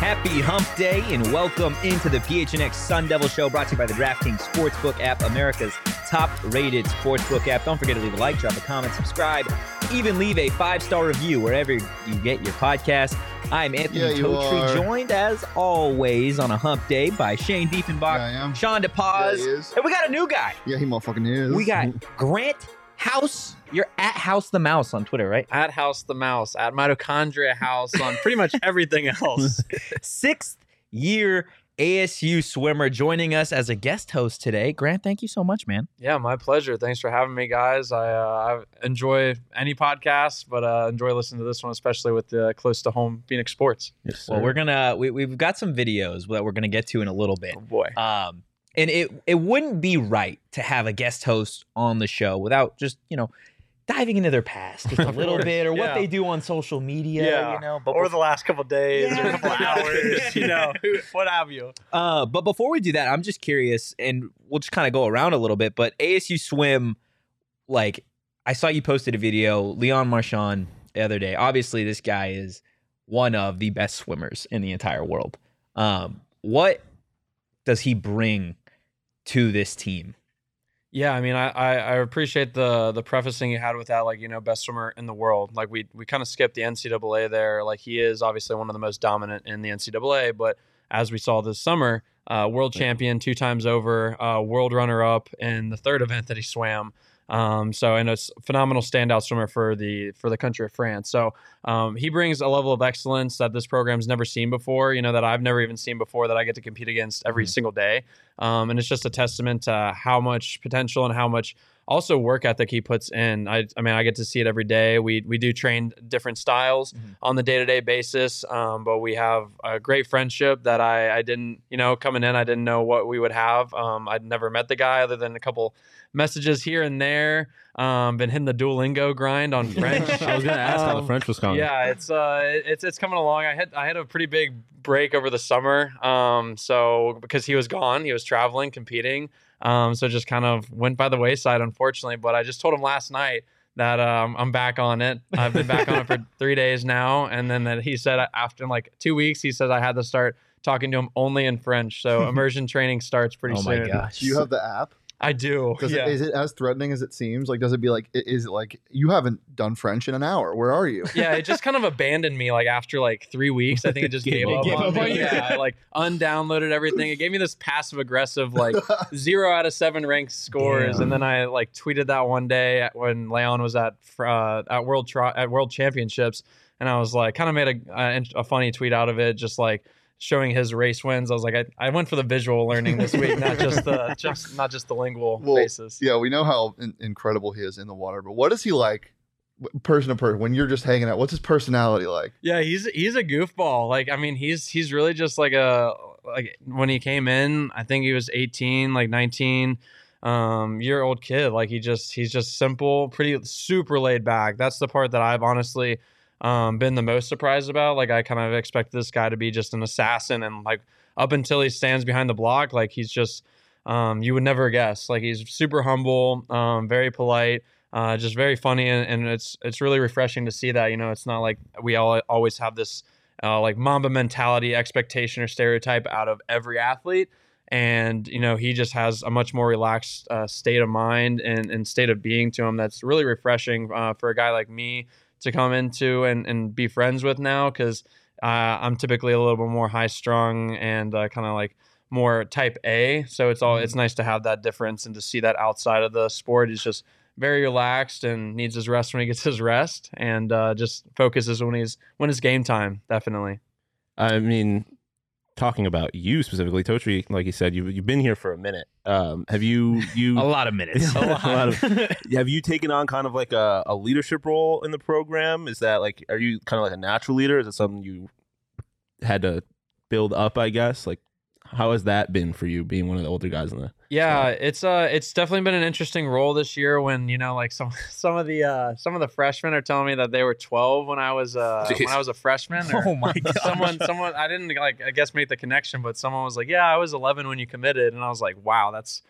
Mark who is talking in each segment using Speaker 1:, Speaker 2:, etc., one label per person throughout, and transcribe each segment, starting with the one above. Speaker 1: Happy Hump Day and welcome into the PHNX Sun Devil Show brought to you by the DraftKings Sportsbook app, America's top rated sportsbook app. Don't forget to leave a like, drop a comment, subscribe, even leave a five star review wherever you get your podcast. I'm
Speaker 2: Yeah,
Speaker 1: Anthony
Speaker 2: you
Speaker 1: Totri,
Speaker 2: are.
Speaker 1: joined as always on a Hump Day by Shane Diefenbach,
Speaker 2: Yeah, I am.
Speaker 1: Sean
Speaker 2: Yeah, he
Speaker 1: DePaz,
Speaker 2: is.
Speaker 1: and we got a new guy.
Speaker 2: Yeah, he motherfucking is.
Speaker 1: We got Grant House. You're at House the Mouse on Twitter, right?
Speaker 3: at House the Mouse, at Mitochondria House, on pretty much everything else.
Speaker 1: sixth year ASU swimmer joining us as a guest host today. Grant, thank you so much, man.
Speaker 3: yeah, my pleasure. Thanks for having me, guys. I, uh, I enjoy any podcast, but uh, enjoy listening to this one, especially with the close to home Phoenix sports.
Speaker 1: Well, we're gonna we, we've got some videos that we're gonna get to in a little bit.
Speaker 3: Oh boy,
Speaker 1: Um, and it it wouldn't be right to have a guest host on the show without just you know diving into their past just a
Speaker 3: Of
Speaker 1: little
Speaker 3: course,
Speaker 1: bit or what
Speaker 3: yeah.
Speaker 1: they do on social media.
Speaker 3: Yeah.
Speaker 1: you know, but
Speaker 3: or the last couple days,
Speaker 1: Yeah.
Speaker 3: or a couple hours, you know, what have you?
Speaker 1: Uh, but before we do that, I'm just curious, and we'll just kind of go around a little bit. But ASU swim, like I saw you posted a video, Leon Marchand, the other day. Obviously, this guy is one of the best swimmers in the entire world. Um, what does he bring to this team?
Speaker 3: Yeah, I mean, I, I I appreciate the the prefacing you had with that, like you know, best swimmer in the world. Like we we kind of skipped the NCAA there. Like he is obviously one of the most dominant in the NCAA, but as we saw this summer, uh, world champion two times over, uh, world runner up in the third event that he swam. Um, so and a s- phenomenal standout swimmer for the for the country of France. So um, he brings a level of excellence that this program's never seen before. You know that I've never even seen before that I get to compete against every
Speaker 1: Mhm.
Speaker 3: single day um, and it's just a testament to how much potential and how much also work ethic he puts in. I, I mean, I get to see it every day. We we do train different styles
Speaker 1: Mhm.
Speaker 3: on the day to day basis, um, but we have a great friendship that I I didn't you know coming in I didn't know what we would have. Um, I'd never met the guy other than a couple messages here and there. Um, been hitting the Duolingo grind on French.
Speaker 4: I was gonna ask how
Speaker 3: Um,
Speaker 4: the French was coming. Oh
Speaker 3: Yeah, it's uh, it- it's it's coming along. I had I had a pretty big break over the summer, um, so because he was gone, he was traveling, competing, um, so it just kind of went by the wayside, unfortunately. But I just told him last night that um, I'm back on it. I've been back on it for three days now, and then that he said after like two weeks, he said I had to start talking to him only in French. So immersion training starts pretty
Speaker 1: oh
Speaker 3: soon.
Speaker 1: my gosh!
Speaker 2: Do you have the app?
Speaker 3: I do.
Speaker 2: Does
Speaker 3: yeah.
Speaker 2: it, is it as threatening as it seems? Like, does it be like, i- is it like, you haven't done French in an hour? Where are you?
Speaker 3: yeah, it just kind of abandoned me like after like three weeks. I think it just
Speaker 4: Gave
Speaker 3: gave,
Speaker 4: up.
Speaker 3: up,
Speaker 4: Gave
Speaker 3: on
Speaker 4: up
Speaker 3: me.
Speaker 4: on you.
Speaker 3: Yeah, I, like undownloaded everything. It gave me this passive aggressive like zero out of seven ranked scores, and then I like tweeted that one day at- when Leon was at fr- uh, at world tri- at world championships, and I was like, kind of made a, a a funny tweet out of it, just like showing his race wins. I was like, I, I went for the visual learning this week, not just the just not just the lingual
Speaker 2: Well,
Speaker 3: basis.
Speaker 2: yeah, we know how in- incredible he is in the water, but what is he like, w- person to person, when you're just hanging out? What's his personality like?
Speaker 3: Yeah, he's he's a goofball. Like I mean, he's he's really just like a like when he came in, I think he was 18, like 19 um year old kid. Like he just he's just simple, pretty super laid back. That's the part that I've honestly um been the most surprised about. Like I kind of expect this guy to be just an assassin and like up until he stands behind the block, like he's just um you would never guess. Like he's super humble, um very polite uh, just very funny and, and it's it's really refreshing to see that you know it's not like we all always have this uh, like mamba mentality expectation or stereotype out of every athlete and you know he just has a much more relaxed uh, state of mind and, and state of being to him that's really refreshing uh, for a guy like me to come into and, and be friends with now because uh, i'm typically a little bit more high strung and uh, kind of like more type a so it's all it's nice to have that difference and to see that outside of the sport is just very relaxed and needs his rest when he gets his rest and uh, just focuses when he's when it's game time definitely
Speaker 4: I mean, talking about you specifically, Totri, like you said, you've you've been here for a minute. Um, have you you
Speaker 1: A lot of minutes.
Speaker 4: A lot of- have you taken on kind of like a, a leadership role in the program? Is that like are you kind of like a natural leader? Is it something you had to build up? I guess like how has that been for you being one of the older guys in the
Speaker 3: Yeah, it's uh it's definitely been an interesting role this year when, you know, like some some of the uh some of the freshmen are telling me that they were 12 when I was uh when
Speaker 4: Jeez.
Speaker 3: I was a freshman or
Speaker 1: oh my god.
Speaker 3: someone someone I didn't like I guess make the connection but someone was like, "Yeah, I was 11 when you committed." And I was like, "Wow, that's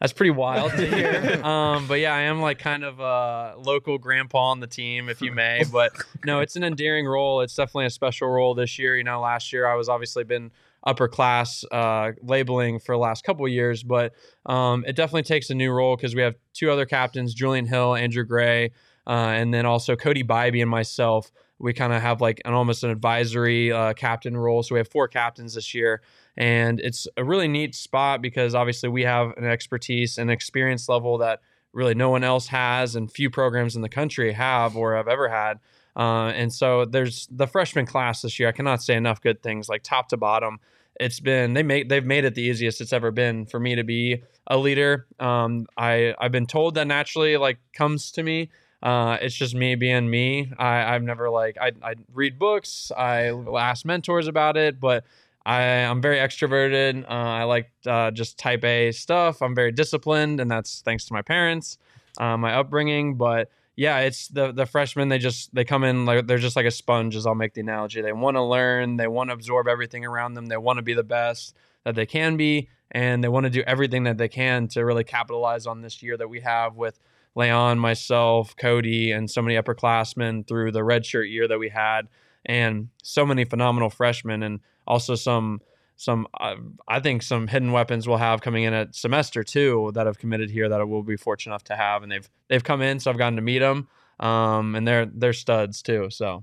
Speaker 3: that's pretty wild to hear. um, but yeah, I am like kind of a local grandpa on the team, if you may. But no, it's an endearing role. It's definitely a special role this year. You know, last year I was obviously been upper class uh, labeling for the last couple of years, but um, it definitely takes a new role because we have two other captains, Julian Hill, Andrew Gray, uh, and then also Cody Bybee and myself. We kind of have like an almost an advisory uh, captain role. So we have four captains this year and it's a really neat spot because obviously we have an expertise and experience level that really no one else has and few programs in the country have or have ever had uh, and so there's the freshman class this year i cannot say enough good things like top to bottom it's been they make they've made it the easiest it's ever been for me to be a leader um, I, i've been told that naturally like comes to me uh, it's just me being me I, i've never like I, I read books i ask mentors about it but I, I'm very extroverted. Uh, I like uh, just type A stuff. I'm very disciplined, and that's thanks to my parents, uh, my upbringing. But yeah, it's the the freshmen. They just they come in like they're just like a sponge, as I'll make the analogy. They want to learn. They want to absorb everything around them. They want to be the best that they can be, and they want to do everything that they can to really capitalize on this year that we have with Leon, myself, Cody, and so many upperclassmen through the redshirt year that we had, and so many phenomenal freshmen and also some some uh, I think some hidden weapons we'll have coming in at semester two that have committed here that I will be fortunate enough to have, and they've they've come in, so I've gotten to meet them, um, and they're they're studs too. So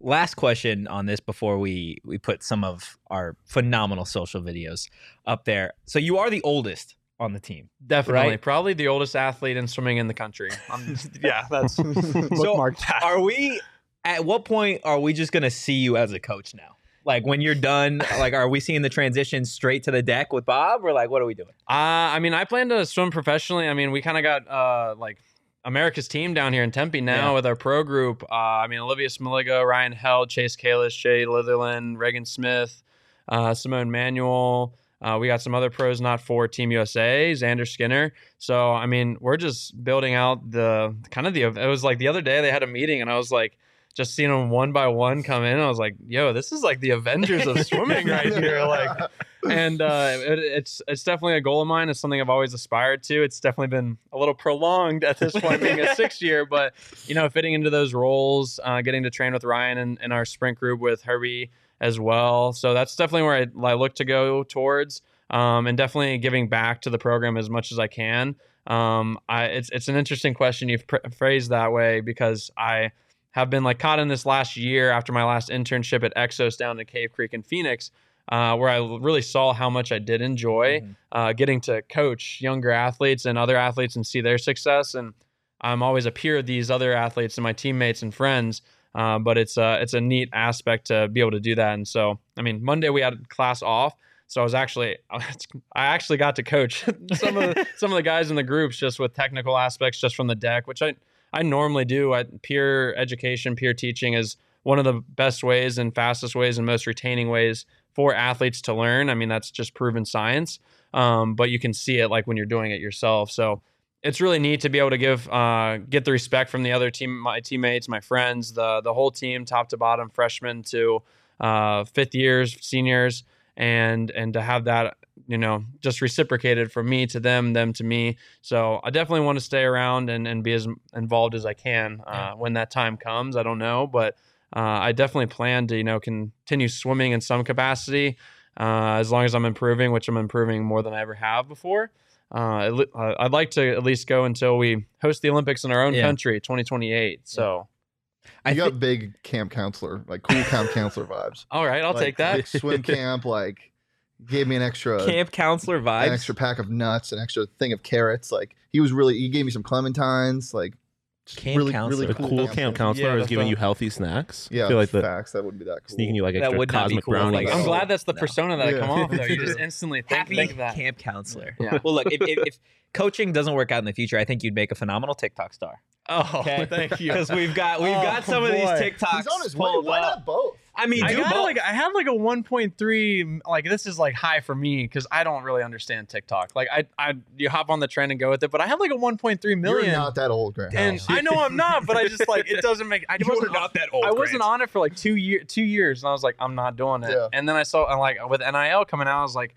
Speaker 1: last question on this before we we put some of our phenomenal social videos up there. So you are the oldest on the team.
Speaker 3: definitely,
Speaker 1: Right.
Speaker 3: probably the oldest athlete in swimming in the country. I'm, yeah, that's
Speaker 1: Bookmark Are we at what point are we just going to see you as a coach now? Like when you're done, like are we seeing the transition straight to the deck with Bob or like what are we doing?
Speaker 3: Uh, I mean, I plan to swim professionally. I mean, we kind of got uh, like America's team down here in Tempe now
Speaker 1: Yeah.
Speaker 3: with our pro group. Uh, I mean, Olivia Smiliga, Ryan Held, Chase Kalis, Jay Litherland, Reagan Smith, uh, Simone Manuel. Uh, we got some other pros not for Team USA, Xander Skinner. So, I mean, we're just building out the kind of the. It was like the other day they had a meeting and I was like, just seeing them one by one come in. I was like, yo, this is like the Avengers of swimming right here. Like, and uh, it, it's it's definitely a goal of mine. It's something I've always aspired to. It's definitely been a little prolonged at this point, being a six year. But you know, fitting into those roles, uh, getting to train with Ryan and, and our sprint group with Herbie as well. So that's definitely where I, I look to go towards, um, and definitely giving back to the program as much as I can. Um, I, it's it's an interesting question you've pr- phrased that way because I have been like caught in this last year after my last internship at Exos down in Cave Creek in Phoenix uh, where I l- really saw how much I did enjoy
Speaker 1: Mhm.
Speaker 3: uh, getting to coach younger athletes and other athletes and see their success. And I'm always a peer of these other athletes and my teammates and friends. Uh, but it's a it's a neat aspect to be able to do that. And so, I mean, Monday we had class off, so I was actually I actually got to coach some of the, some of the guys in the groups just with technical aspects, just from the deck, which I I normally do. I, peer education, peer teaching is one of the best ways and fastest ways and most retaining ways for athletes to learn. I mean, that's just proven science. Um, but you can see it like when you're doing it yourself. So it's really neat to be able to give uh, get the respect from the other team, my teammates, my friends, the the whole team, top to bottom, freshmen to uh, fifth years, seniors, and and to have that you know just reciprocated from me to them, them to me. So I definitely want to stay around and and be as involved as I can uh, when that time comes. I don't know, but uh, I definitely plan to, you know, continue swimming in some capacity uh, as long as I'm improving, which I'm improving more than I ever have before. Uh, at le- uh, I'd like to at least go until we host the Olympics in our own
Speaker 1: Yeah.
Speaker 3: country, 2028. So,
Speaker 1: I
Speaker 2: you got
Speaker 1: thi-
Speaker 2: big camp counselor, like cool camp counselor vibes.
Speaker 3: all right, I'll
Speaker 2: Like,
Speaker 3: take that.
Speaker 2: big swim camp, like gave me an extra
Speaker 1: camp counselor vibes.
Speaker 2: an extra pack of nuts, an extra thing of carrots. Like he was really he gave me some clementines. Like Just
Speaker 1: Camp counselor.
Speaker 4: A cool camp counselor
Speaker 3: Yeah,
Speaker 4: is
Speaker 3: that's
Speaker 4: giving
Speaker 3: a-
Speaker 4: you healthy snacks.
Speaker 2: Yeah,
Speaker 4: I feel like the
Speaker 2: facts. That wouldn't be that cool.
Speaker 4: sneaking you like
Speaker 1: That
Speaker 4: extra
Speaker 1: would not be
Speaker 4: cosmic
Speaker 1: cool.
Speaker 4: brownies.
Speaker 1: Like,
Speaker 3: I'm glad that's the
Speaker 1: No.
Speaker 3: persona that I
Speaker 2: Yeah.
Speaker 3: come off though. You just instantly think,
Speaker 1: Happy
Speaker 3: think of that.
Speaker 1: camp counselor.
Speaker 3: Yeah.
Speaker 1: Well, look, if, if, if coaching doesn't work out in the future, I think you'd make a phenomenal TikTok star.
Speaker 3: Oh,
Speaker 1: Okay.
Speaker 3: thank you.
Speaker 1: Because we've got we've
Speaker 3: Oh,
Speaker 1: got some of these
Speaker 3: boy.
Speaker 1: TikToks.
Speaker 2: He's on his way.
Speaker 1: pulled
Speaker 2: Why
Speaker 1: up.
Speaker 2: not both?
Speaker 1: I mean,
Speaker 3: I
Speaker 1: do
Speaker 3: got
Speaker 1: both.
Speaker 3: like I had like a 1.3 like this is like high for me because I don't really understand TikTok. Like I I you hop on the trend and go with it, but I had like a 1.3
Speaker 2: You're
Speaker 3: million.
Speaker 2: not that old, Grant.
Speaker 3: And I know I'm not, but I just like it doesn't make. I wasn't on-
Speaker 1: that old.
Speaker 3: I wasn't on it for like two year two years, and I was like, I'm not doing it.
Speaker 2: Yeah.
Speaker 3: And then I saw and like with NIL coming out, I was like,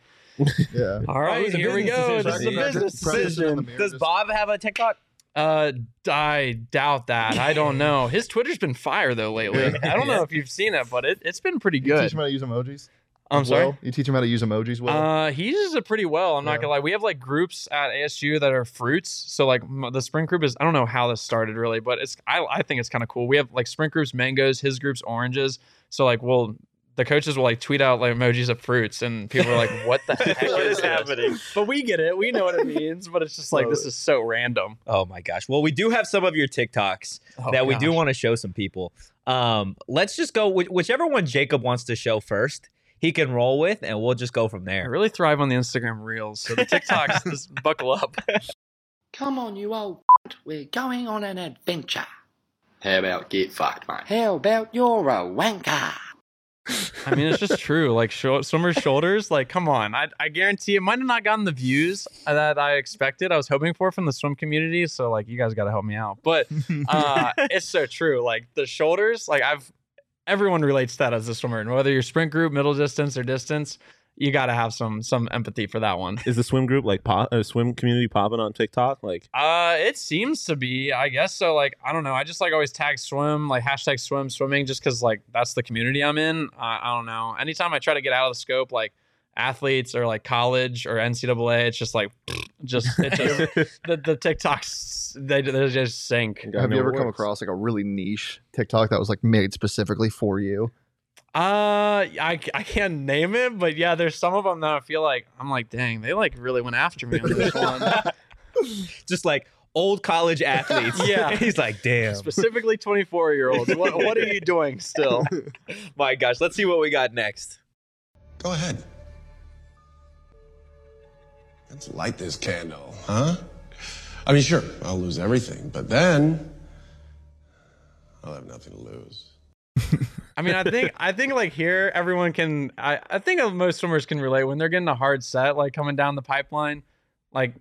Speaker 2: yeah.
Speaker 3: all right,
Speaker 1: was a
Speaker 3: here we
Speaker 1: business
Speaker 3: go.
Speaker 1: decision. Practice-
Speaker 3: This is a business
Speaker 2: practice in the
Speaker 3: decision.
Speaker 2: mirror,
Speaker 1: Does
Speaker 2: just-
Speaker 1: Bob have a TikTok?
Speaker 3: Uh, I doubt that. I don't know. His Twitter's been fire though lately.
Speaker 2: Yeah.
Speaker 3: I don't know if you've seen it, but it it's been pretty
Speaker 2: You teach
Speaker 3: good.
Speaker 2: him how to use emojis.
Speaker 3: I'm sorry.
Speaker 2: Well, you teach him how to use emojis. Well,
Speaker 3: Uh, he uses it pretty well. I'm
Speaker 2: Yeah.
Speaker 3: not gonna lie. We have like groups at ASU that are fruits. So like m- the spring group is I don't know how this started really, but it's I I think it's kind of cool. We have like spring groups mangoes, his groups oranges. So like we'll the coaches will like tweet out like emojis of fruits, and people are like, "What the heck is happening?" But we get it. We know what it means. But it's just like this is so random.
Speaker 1: Oh my gosh. Well, we do have some of your TikToks
Speaker 2: Oh,
Speaker 3: Oh,
Speaker 1: that we do want to show some people. Um, let's just go whi- whichever one Jacob wants to show first. He can roll with, and we'll just go from
Speaker 3: I
Speaker 1: there.
Speaker 3: really thrive on the Instagram reels. So the TikToks, just buckle up.
Speaker 5: Come on, you old cunt. We're going on an adventure.
Speaker 6: How about get fucked, mate?
Speaker 5: How about you're a wanker?
Speaker 3: I mean, it's just true. Like sho- swimmer's shoulders. Like, come on. I, I guarantee it might have not gotten the views uh, that I expected. I was hoping for from the swim community. So like, you guys got to help me out. But uh, it's so true. Like the shoulders. Like I've everyone relates to that as a swimmer, and whether you're sprint group, middle distance, or distance, you got to have some some empathy for that one.
Speaker 4: Is the swim group like pop, uh, swim community popping on TikTok? Like,
Speaker 3: Uh, it seems to be, I guess. So, like, I don't know. I just like always tag swim, like hashtag swim swimming, just because like that's the community I'm in. I, I don't know. Anytime I try to get out of the scope, like athletes or like college or NCAA, it's just like, just it just the, the TikToks they they just sink.
Speaker 4: I
Speaker 2: have
Speaker 4: know
Speaker 2: you ever
Speaker 4: it
Speaker 2: come
Speaker 4: works.
Speaker 2: across like a really niche TikTok that was like made specifically for you?
Speaker 3: Uh, I I can't name it, but yeah, there's some of them that I feel like I'm like, dang, they like really went after me on this one.
Speaker 1: Just like old college athletes.
Speaker 3: Yeah.
Speaker 1: He's like, damn.
Speaker 3: Specifically, 24 year olds. What what are you doing still?
Speaker 1: My gosh. Let's see what we got next.
Speaker 7: Go ahead. Let's light this candle, huh? I mean, sure, I'll lose everything, but then I'll have nothing to lose.
Speaker 3: I mean, I think I think like here everyone can. I I think most swimmers can relate when they're getting a hard set, like coming down the pipeline. Like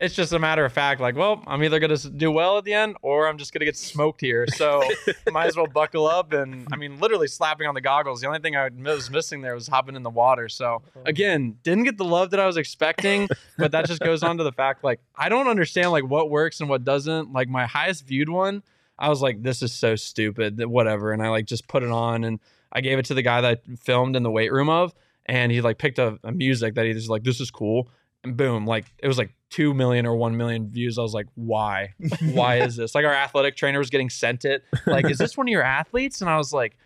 Speaker 3: it's just a matter of fact. Like, well, I'm either gonna s- do well at the end, or I'm just gonna get smoked here. So might as well buckle up. And I mean, literally slapping on the goggles. The only thing I was missing there was hopping in the water. So again, didn't get the love that I was expecting. But that just goes on to the fact, like I don't understand like what works and what doesn't. Like my highest viewed one I was like, this is so stupid, that whatever. And I like just put it on and I gave it to the guy that I filmed in the weight room of. And he like picked a, a music that he was like, this is cool. And boom, like it was like 2 million or 1 million views. I was like, why? Why is this? Like our athletic trainer was getting sent it. Like, is this one of your athletes? And I was like,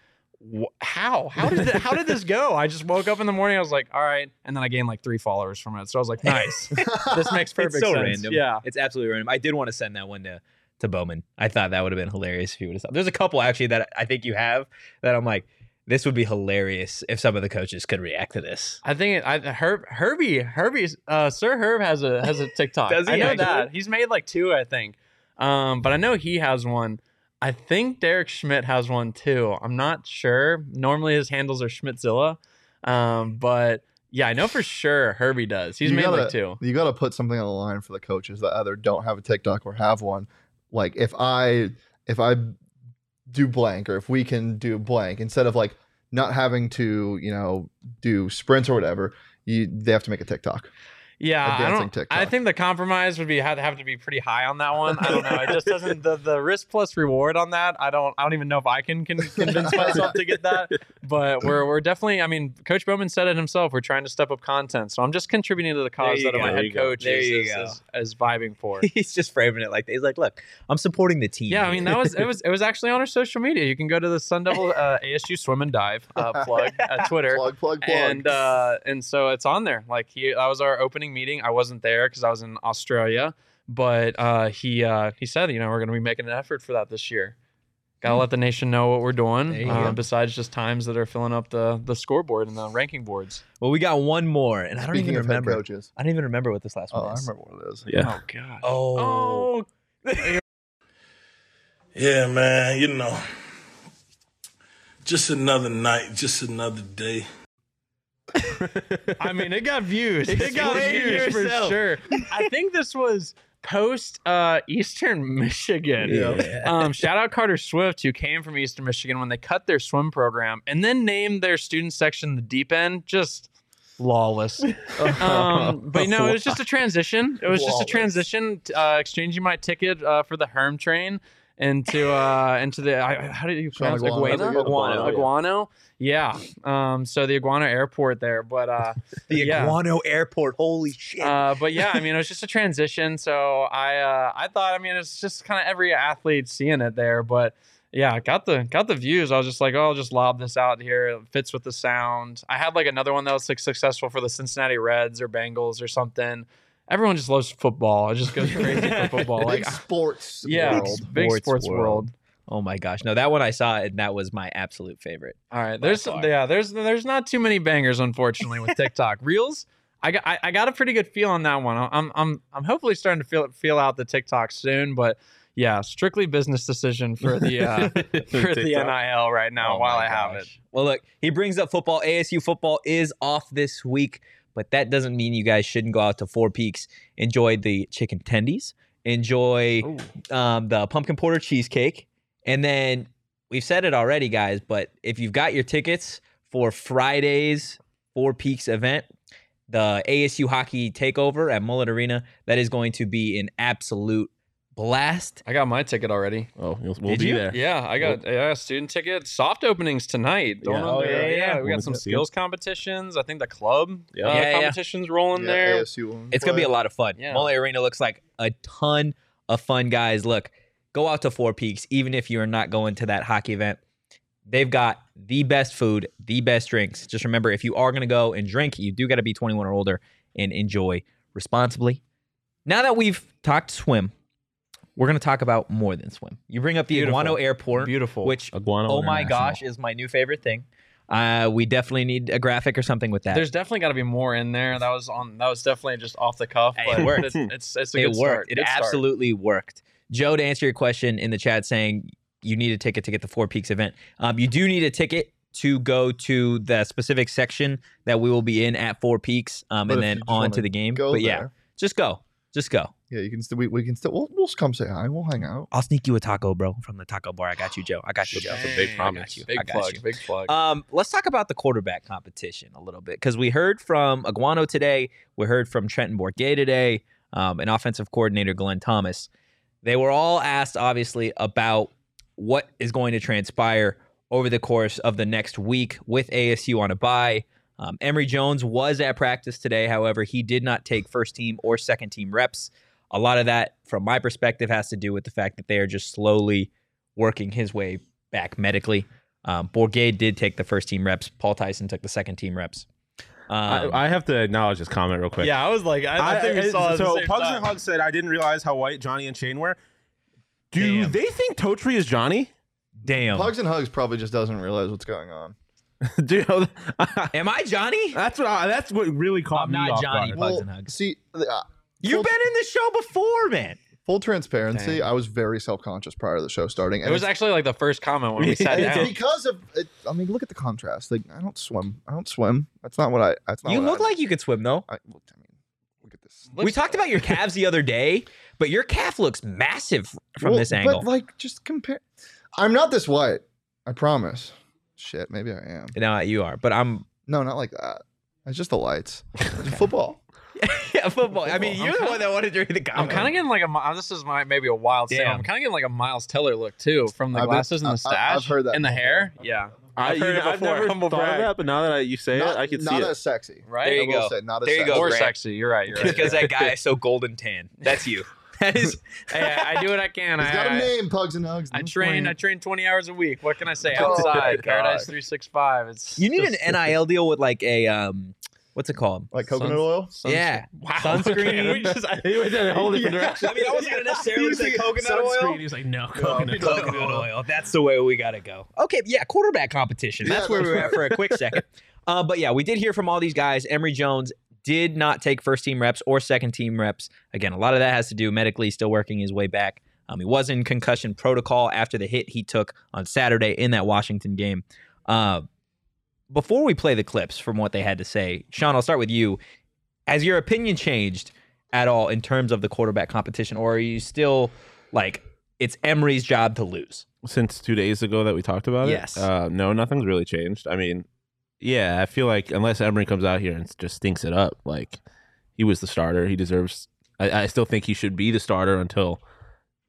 Speaker 3: "Wh- how? How did, th- how did this go? I just woke up in the morning. I was like, all right. And then I gained like three followers from it. So I was like, nice. this makes perfect
Speaker 1: it's so
Speaker 3: sense.
Speaker 1: random.
Speaker 3: Yeah.
Speaker 1: It's absolutely random. I did want to send that one to to Bowman. I thought that would have been hilarious if you would have. stopped. There's a couple actually that I think you have that I'm like, this would be hilarious if some of the coaches could react to this.
Speaker 3: I think it, I, Herb Herbie Herbie uh, Sir Herb has a has a TikTok.
Speaker 1: Does he
Speaker 3: I know
Speaker 1: actually?
Speaker 3: that he's made like two, I think. Um, but I know he has one. I think Derek Schmidt has one too. I'm not sure. Normally his handles are Schmidtzilla, um, but yeah, I know for sure Herbie does. He's
Speaker 2: You
Speaker 3: made like
Speaker 2: gotta-
Speaker 3: two.
Speaker 2: You got to put something on the line for the coaches that either don't have a TikTok or have one. Like if I if I do blank or if we can do blank instead of like not having to you know do sprints or whatever, you they have to make a TikTok.
Speaker 3: Yeah, I
Speaker 2: dancing
Speaker 3: don't. I
Speaker 2: TikTok.
Speaker 3: think the compromise would be have, have to be pretty high on that one. I don't know. It just doesn't the, the risk plus reward on that. I don't. I don't even know if I can, can convince myself to get that. But we're we're definitely. I mean, Coach Bowman said it himself. We're trying to step up content, so I'm just contributing to the cause
Speaker 1: you
Speaker 3: that my
Speaker 1: go.
Speaker 4: There
Speaker 3: head
Speaker 4: you go.
Speaker 3: coach
Speaker 1: There
Speaker 3: is
Speaker 1: you
Speaker 3: is,
Speaker 1: go.
Speaker 3: is is vibing for.
Speaker 1: He's just framing it like he's like, look, I'm supporting the team.
Speaker 3: Yeah, I mean that was it was it was actually on our social media. You can go to the Sun Devil uh, ASU Swim and Dive uh, plug uh, Twitter
Speaker 2: Plug plug plug.
Speaker 3: and uh, and so it's on there. Like he, that was our opening meeting. I wasn't there because I was in Australia, But uh, he uh, he said, you know, we're going to be making an effort for that this year. Got to let the nation know what we're
Speaker 1: Hmm. There
Speaker 3: doing.
Speaker 1: you
Speaker 3: Uh,
Speaker 1: go.
Speaker 3: besides just times that are filling up the the scoreboard and the ranking boards.
Speaker 1: Well, we got one more, and I don't
Speaker 2: Speaking
Speaker 1: even
Speaker 2: of head
Speaker 1: remember.
Speaker 2: coaches.
Speaker 1: I don't even remember what this last
Speaker 2: Oh,
Speaker 1: one
Speaker 2: I
Speaker 1: is.
Speaker 2: remember one of those.
Speaker 4: Yeah.
Speaker 3: Oh God.
Speaker 1: Oh,
Speaker 8: Yeah, man, you know. Just another night, just another day.
Speaker 3: I mean, it got views. It got
Speaker 1: Explain
Speaker 3: views for
Speaker 1: yourself.
Speaker 3: sure. I think this was post uh, Eastern Michigan. Um, shout out Carter Swift, who came from Eastern Michigan when they cut their swim program and then named their student section the deep end. Just lawless. um, but no, it was just a transition. It was just a transition. t- Uh, exchanging my ticket uh, for the Herm train into uh, into the I, how do you
Speaker 2: Sean
Speaker 3: pronounce it?
Speaker 2: Iguana.
Speaker 3: Iguana?
Speaker 2: Iguana, yeah.
Speaker 3: Iguano. Yeah. Um, so the Iguano airport there, but uh,
Speaker 1: the
Speaker 3: yeah.
Speaker 1: Iguano Airport. Holy shit!
Speaker 3: uh, but yeah, I mean, it was just a transition. So I, uh, I thought, I mean, it's just kind of every athlete seeing it there. But yeah, got the got the views. I was just like, oh, I'll just lob this out here. It fits with the sound. I had like another one that was like successful for the Cincinnati Reds or Bengals or something. Everyone just loves football. It just goes crazy for football.
Speaker 2: Big
Speaker 3: Like,
Speaker 2: sports
Speaker 3: yeah,
Speaker 2: world.
Speaker 3: big
Speaker 1: Sports
Speaker 3: sports
Speaker 1: world.
Speaker 3: world.
Speaker 1: oh my gosh! No, that one I saw, and that was my absolute favorite.
Speaker 3: All right, there's
Speaker 1: far.
Speaker 3: yeah, there's there's not too many bangers unfortunately with TikTok reels. I got I, I got a pretty good feel on that one. I'm I'm I'm hopefully starting to feel feel out the TikTok soon, but yeah, strictly business decision for the uh, for the
Speaker 4: TikTok.
Speaker 3: NIL right now
Speaker 1: Oh
Speaker 3: while
Speaker 1: my
Speaker 3: I have it.
Speaker 1: gosh. Well, look, he brings up football. ASU football is off this week, but that doesn't mean you guys shouldn't go out to Four Peaks. Enjoy the chicken tendies. Enjoy um, the pumpkin porter cheesecake. And then we've said it already, guys, but if you've got your tickets for Friday's Four Peaks event, the ASU hockey takeover at Mullet Arena, that is going to be an absolute blast.
Speaker 3: I got my ticket already.
Speaker 4: Oh, you'll, we'll
Speaker 1: Did
Speaker 4: be
Speaker 1: you?
Speaker 4: there.
Speaker 3: Yeah, I got yeah, student ticket. Soft openings tonight. Don't
Speaker 4: Yeah.
Speaker 3: know
Speaker 4: Oh,
Speaker 3: the-
Speaker 1: yeah, yeah.
Speaker 3: We
Speaker 4: Wanna
Speaker 3: got some
Speaker 4: see it.
Speaker 3: skills competitions. I think the club
Speaker 4: Yeah.
Speaker 1: Yeah,
Speaker 3: uh,
Speaker 1: yeah.
Speaker 3: competitions rolling
Speaker 2: Yeah,
Speaker 3: there.
Speaker 2: ASU will
Speaker 1: It's gonna be
Speaker 2: play.
Speaker 1: a lot of fun.
Speaker 3: Yeah.
Speaker 1: Mullet Arena looks like a ton of fun, guys. Look, go out to Four Peaks, even if you are not going to that hockey event. They've got the best food, the best drinks. Just remember, if you are gonna go and drink, you do gotta be 21 or older and enjoy responsibly. Now that we've talked swim, we're gonna talk about more than swim. You bring up the
Speaker 3: Beautiful.
Speaker 1: Iguano Airport,
Speaker 3: Beautiful.
Speaker 1: which
Speaker 4: Iguana
Speaker 1: oh my
Speaker 4: International.
Speaker 1: gosh is my new favorite thing. Uh, we definitely need a graphic or something with that.
Speaker 3: There's definitely got to be more in there. That was on. That was definitely just off the cuff.
Speaker 1: Hey, it
Speaker 3: But it
Speaker 1: worked.
Speaker 3: It's, it's, it's a
Speaker 1: it
Speaker 3: good
Speaker 1: worked.
Speaker 3: start.
Speaker 1: It
Speaker 3: Good start.
Speaker 1: absolutely worked. Joe, to answer your question in the chat, saying you need a ticket to get the Four Peaks event. Um, you do need a ticket to go to the specific section that we will be in at Four Peaks, um,
Speaker 2: But
Speaker 1: and
Speaker 2: if
Speaker 1: then
Speaker 2: you just
Speaker 1: on
Speaker 2: wanna
Speaker 1: to the game.
Speaker 2: Go
Speaker 1: But yeah,
Speaker 2: there.
Speaker 1: just go, just go.
Speaker 2: Yeah, you can still we, we can still we'll, we'll come say hi. We'll hang out.
Speaker 1: I'll sneak you a taco, bro, from the taco bar. I got you, Joe. I got you, Joe.
Speaker 4: That's a big
Speaker 3: Dang,
Speaker 4: promise.
Speaker 3: I got you.
Speaker 4: Big
Speaker 3: Big
Speaker 1: I got
Speaker 3: plug.
Speaker 1: you.
Speaker 3: Big plug.
Speaker 1: Um, let's talk about the quarterback competition a little bit because we heard from Aguano today. We heard from Trenton Bourget today, um, and offensive coordinator Glenn Thomas. They were all asked, obviously, about what is going to transpire over the course of the next week with ASU on a bye. Um, Emory Jones was at practice today. However, he did not take first team or second team reps. A lot of that, from my perspective, has to do with the fact that they are just slowly working his way back medically. Um, Bourget did take the first team reps. Paul Tyson took the second team reps. Um,
Speaker 4: I, I have to acknowledge his comment real quick.
Speaker 3: yeah, I was like, I, I think we saw it. at the
Speaker 4: so
Speaker 3: same
Speaker 4: Pugs
Speaker 3: time.
Speaker 4: and Hugs said I didn't realize how white Johnny and Shane were. Do
Speaker 1: Damn.
Speaker 4: they think Totri is Johnny?
Speaker 1: damn.
Speaker 2: Pugs and Hugs probably just doesn't realize what's going on.
Speaker 4: Dude,
Speaker 1: Am I Johnny?
Speaker 2: Uh,
Speaker 4: that's what I, that's what really caught
Speaker 1: I'm
Speaker 4: me
Speaker 1: not
Speaker 4: off
Speaker 1: Johnny.
Speaker 4: guard.
Speaker 1: Pugs and Hugs.
Speaker 2: See, the- uh,
Speaker 1: You've been in the show before, man.
Speaker 2: full transparency, I was very self conscious prior to the show starting.
Speaker 3: It was
Speaker 2: it's-
Speaker 3: actually like the first comment when we sat
Speaker 2: and it's
Speaker 3: down.
Speaker 2: because of. It, I mean, look at the contrast. Like, I don't swim. I don't swim. That's not what I. That's not.
Speaker 1: You
Speaker 2: what
Speaker 1: look
Speaker 2: I,
Speaker 1: like you could swim though.
Speaker 2: I, look, I mean, look at this.
Speaker 1: we talked about your calves the other day, but your calf looks massive from
Speaker 2: Well,
Speaker 1: this angle.
Speaker 2: But like, just compare. I'm not this white. I promise. Shit, maybe I am.
Speaker 1: no, you are, but I'm
Speaker 2: No, not like that. It's just the lights. It's football.
Speaker 1: yeah, football. I mean,
Speaker 3: Football.
Speaker 1: you're
Speaker 3: I'm
Speaker 1: the
Speaker 3: kinda-
Speaker 1: one that wanted to read the
Speaker 3: I'm
Speaker 1: comment.
Speaker 3: kind of getting like a. mi- This is my maybe a wild
Speaker 1: Damn.
Speaker 3: statement. I'm kind of getting like a Miles Teller look too from the
Speaker 2: I've been-
Speaker 3: glasses and the
Speaker 2: I- I-
Speaker 3: stash.
Speaker 2: I've heard that
Speaker 3: And the
Speaker 2: before.
Speaker 3: hair. Yeah. I've heard it before.
Speaker 4: never
Speaker 3: Humble
Speaker 4: thought
Speaker 3: brag.
Speaker 4: of that, but now that I, you say
Speaker 2: not,
Speaker 4: it, I can
Speaker 2: not
Speaker 4: see
Speaker 2: as
Speaker 4: it.
Speaker 2: sexy.
Speaker 3: Right.
Speaker 1: There
Speaker 2: I
Speaker 1: you
Speaker 2: will
Speaker 1: go.
Speaker 2: Say, not as
Speaker 1: There you
Speaker 2: sexy.
Speaker 1: go,
Speaker 3: More
Speaker 1: Grant.
Speaker 3: sexy. You're right. You're right.
Speaker 1: because that guy is so golden tan. That's you. That is.
Speaker 3: hey, I, I do what I can.
Speaker 2: He's
Speaker 3: I,
Speaker 2: got a
Speaker 3: I-
Speaker 2: name, Pugs and Hugs.
Speaker 3: I
Speaker 2: Don't
Speaker 3: train.
Speaker 2: worry.
Speaker 3: I train twenty hours a week. What can I say?
Speaker 2: Oh my
Speaker 3: Outside,
Speaker 2: God.
Speaker 3: Paradise three six five. It's
Speaker 1: You need
Speaker 3: just-
Speaker 1: an NIL deal with like a um what's it called?
Speaker 2: like coconut
Speaker 3: Suns-
Speaker 2: oil.
Speaker 3: Sunscreen.
Speaker 1: Yeah.
Speaker 3: Wow.
Speaker 1: Sunscreen.
Speaker 3: We just, I think we did a whole different direction.
Speaker 1: I mean, I wasn't gonna necessarily say coconut oil.
Speaker 4: He was like, no, coconut.
Speaker 1: Coconut oil. That's the way we gotta go. Okay, yeah, quarterback competition. That's
Speaker 2: Yeah,
Speaker 1: where we
Speaker 2: that's
Speaker 1: were at for a quick second. Uh, but yeah, we did hear from all these guys. Emory Jones did not take first team reps or second team reps. Again, a lot of that has to do medically still working his way back. Um, he was in concussion protocol after the hit he took on Saturday in that Washington game. Uh, before we play the clips from what they had to say, Sean, I'll start with you. Has your opinion changed at all in terms of the quarterback competition, or are you still like it's Emery's job to lose?
Speaker 4: since two days ago that we talked about
Speaker 1: Yes.
Speaker 4: it? Uh, no, nothing's really changed. I mean, yeah, I feel like unless Emery comes out here and s- just stinks it up, like he was the starter. He deserves. I, I still think he should be the starter until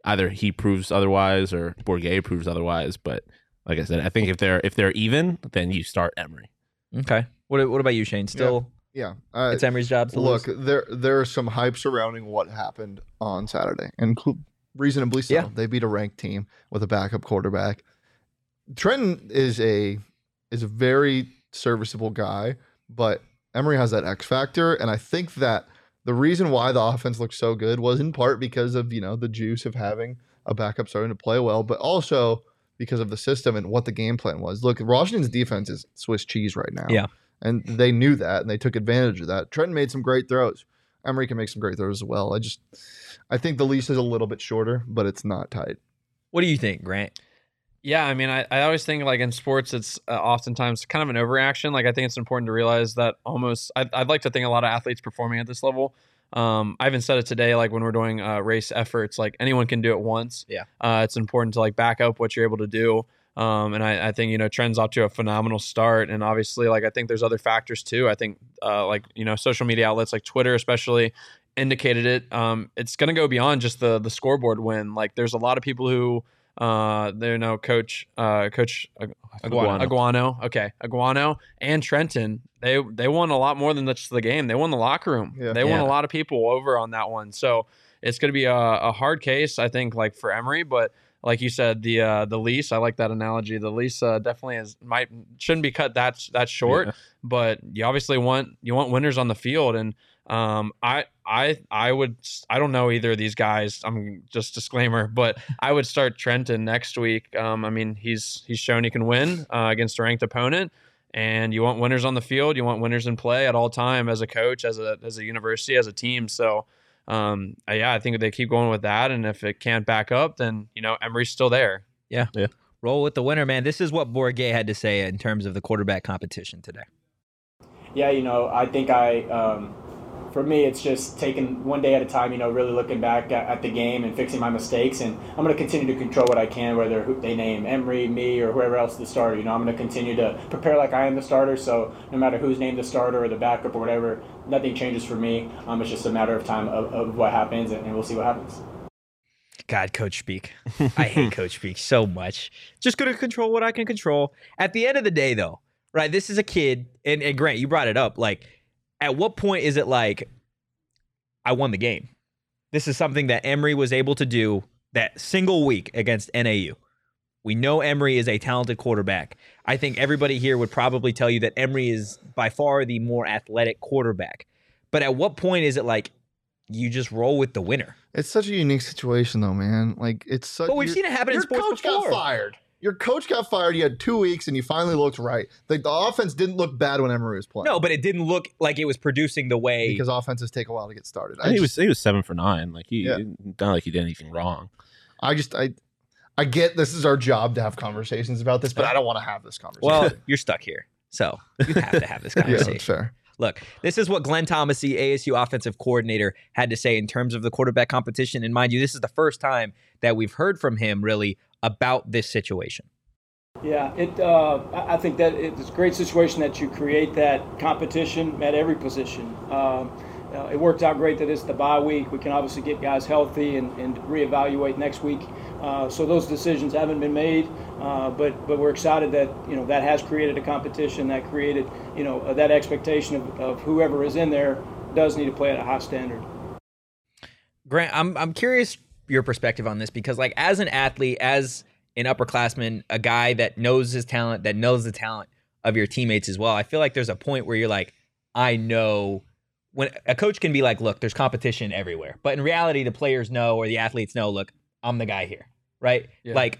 Speaker 4: either he proves otherwise or Bourget proves otherwise. But like I said, I think if they're if they're even, then you start Emery.
Speaker 1: Okay. What What about you, Shane? Still,
Speaker 2: Yeah, uh,
Speaker 1: it's Emery's job to
Speaker 2: look,
Speaker 1: lose.
Speaker 2: there there is some hype surrounding what happened on Saturday, and cl- reasonably so.
Speaker 1: Yeah.
Speaker 2: They beat a ranked team with a backup quarterback. Trenton is a is a very serviceable guy, but Emery has that X factor, and I think that the reason why the offense looked so good was in part because of you know the juice of having a backup starting to play well, but also because of the system and what the game plan was. Look, Washington's defense is Swiss cheese right now.
Speaker 1: Yeah.
Speaker 2: And they knew that and they took advantage of that. Trenton made some great throws. Emery can make some great throws as well. I just I think the leash is a little bit shorter, but it's not tight.
Speaker 1: What do you think, Grant?
Speaker 3: Yeah, I mean, I, I always think like in sports, it's uh, oftentimes kind of an overaction. Like I think it's important to realize that almost. I'd, I'd like to think a lot of athletes performing at this level. Um, I even said it today, like when we're doing uh, race efforts, like anyone can do it once.
Speaker 1: Yeah.
Speaker 3: uh, it's important to like back up what you're able to do. Um, and I, I think you know Trent's off to a phenomenal start, and obviously, like I think there's other factors too. I think uh, like you know social media outlets like Twitter, especially, indicated it. Um, it's going to go beyond just the the scoreboard win. Like there's a lot of people who uh, they're now coach uh, coach Ag-
Speaker 4: Aguano.
Speaker 3: Aguano. Okay, Aguano and Trenton. They they won a lot more than just the game. They won the locker room.
Speaker 2: Yeah.
Speaker 3: They won a
Speaker 1: Yeah.
Speaker 3: lot of people over on that one. So it's going to be a, a hard case, I think, like for Emery, but. Like you said, the uh, the lease. I like that analogy. The lease uh, definitely is might shouldn't be cut that that short.
Speaker 4: Yeah.
Speaker 3: But you obviously want you want winners on the field, and um, I I I would I don't know either of these guys. I'm just disclaimer, but I would start Trenton next week. Um, I mean he's he's shown he can win uh, against a ranked opponent, and you want winners on the field. You want winners in play at all time as a coach, as a as a university, as a team. So. Um, uh, yeah, I think they keep going with that, and if it can't back up, then you know Emery's still there.
Speaker 1: Roll with the winner, man. This is what Bourget had to say in terms of the quarterback competition today.
Speaker 9: yeah, you know, I think I, um, for me, it's just taking one day at a time, you know, really looking back at, at the game and fixing my mistakes. And I'm going to continue to control what I can, whether who they name Emery, me, or whoever else the starter. You know, I'm going to continue to prepare like I am the starter. So no matter who's named the starter or the backup or whatever, nothing changes for me. Um, it's just a matter of time of, of what happens, and, and we'll see what happens.
Speaker 1: God, Coach Speak. I hate Coach Speak so much. Just gonna control what I can control. At the end of the day, though, right? This is a kid, and, and Grant, you brought it up. Like, at what point is it like I won the game? This is something that Emery was able to do that single week against NAU. We know Emery is a talented quarterback. I think everybody here would probably tell you that Emery is by far the more athletic quarterback. But at what point is it like you just roll with the winner?
Speaker 2: It's such a unique situation though, man. Like it's such
Speaker 1: But we've
Speaker 2: your-
Speaker 1: seen it happen in
Speaker 2: Your
Speaker 1: sports
Speaker 2: coach
Speaker 1: before.
Speaker 2: got fired. Your coach got fired. You had two weeks and you finally looked right. Like the offense didn't look bad when Emery was playing.
Speaker 1: No, but it didn't look like it was producing the way.
Speaker 2: because offenses take a while to get started.
Speaker 4: And he was he was seven for nine. Like he
Speaker 2: Yeah.
Speaker 4: not like he did anything wrong.
Speaker 2: I just I I get this is our job to have conversations about this, but I don't want to have this conversation.
Speaker 1: well, you're stuck here, so you have to have this
Speaker 2: yeah,
Speaker 1: conversation.
Speaker 2: that's fair.
Speaker 1: Look, this is what Glenn Thomas, the ASU offensive coordinator, had to say in terms of the quarterback competition. And mind you, this is the first time that we've heard from him really about this situation.
Speaker 9: Yeah, it. Uh, I I think that it's a great situation that you create that competition at every position. Um, uh, it worked out great that it's the bye week. We can obviously get guys healthy and, and reevaluate next week. Uh, so those decisions haven't been made, uh, but but we're excited that you know that has created a competition that created you know uh, that expectation of, of whoever is in there does need to play at a high standard.
Speaker 1: Grant, I'm I'm curious your perspective on this because like as an athlete, as an upperclassman, a guy that knows his talent, that knows the talent of your teammates as well, I feel like there's a point where you're like, I know when a coach can be like, look, there's competition everywhere. But in reality, the players know or the athletes know, look, I'm the guy here. Right?
Speaker 3: Yeah.
Speaker 1: Like,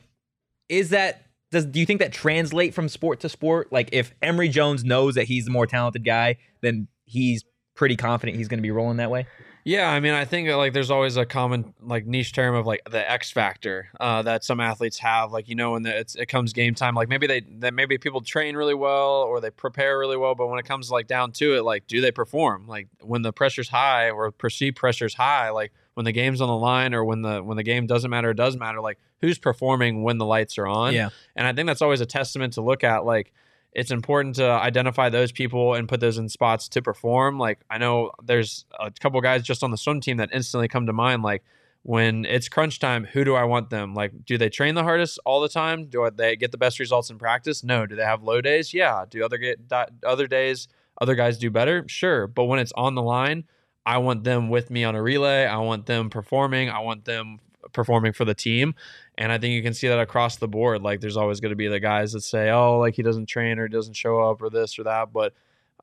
Speaker 1: is that does do you think that translate from sport to sport? Like if Emory Jones knows that he's the more talented guy, then he's pretty confident he's gonna be rolling that way.
Speaker 3: Yeah, I mean, I think uh, like there's always a common like niche term of like the X factor uh, that some athletes have. Like you know, when the, it's, it comes game time, like maybe they that maybe people train really well or they prepare really well, but when it comes like down to it, like do they perform? Like when the pressure's high or perceived pressure's high, like when the game's on the line or when the when the game doesn't matter, it does matter. Like who's performing when the lights are on?
Speaker 1: Yeah.
Speaker 3: and I think that's always a testament to look at. Like it's important to identify those people and put those in spots to perform. Like I know there's a couple guys just on the swim team that instantly come to mind. Like when it's crunch time, who do I want them? Like, do they train the hardest all the time? Do they get the best results in practice? No. Do they have low days? Yeah. Do other get di- other days other guys do better? Sure. But when it's on the line, I want them with me on a relay. I want them performing. I want them performing for the team. And I think you can see that across the board. Like there's always going to be the guys that say, "Oh, like he doesn't train or doesn't show up or this or that," but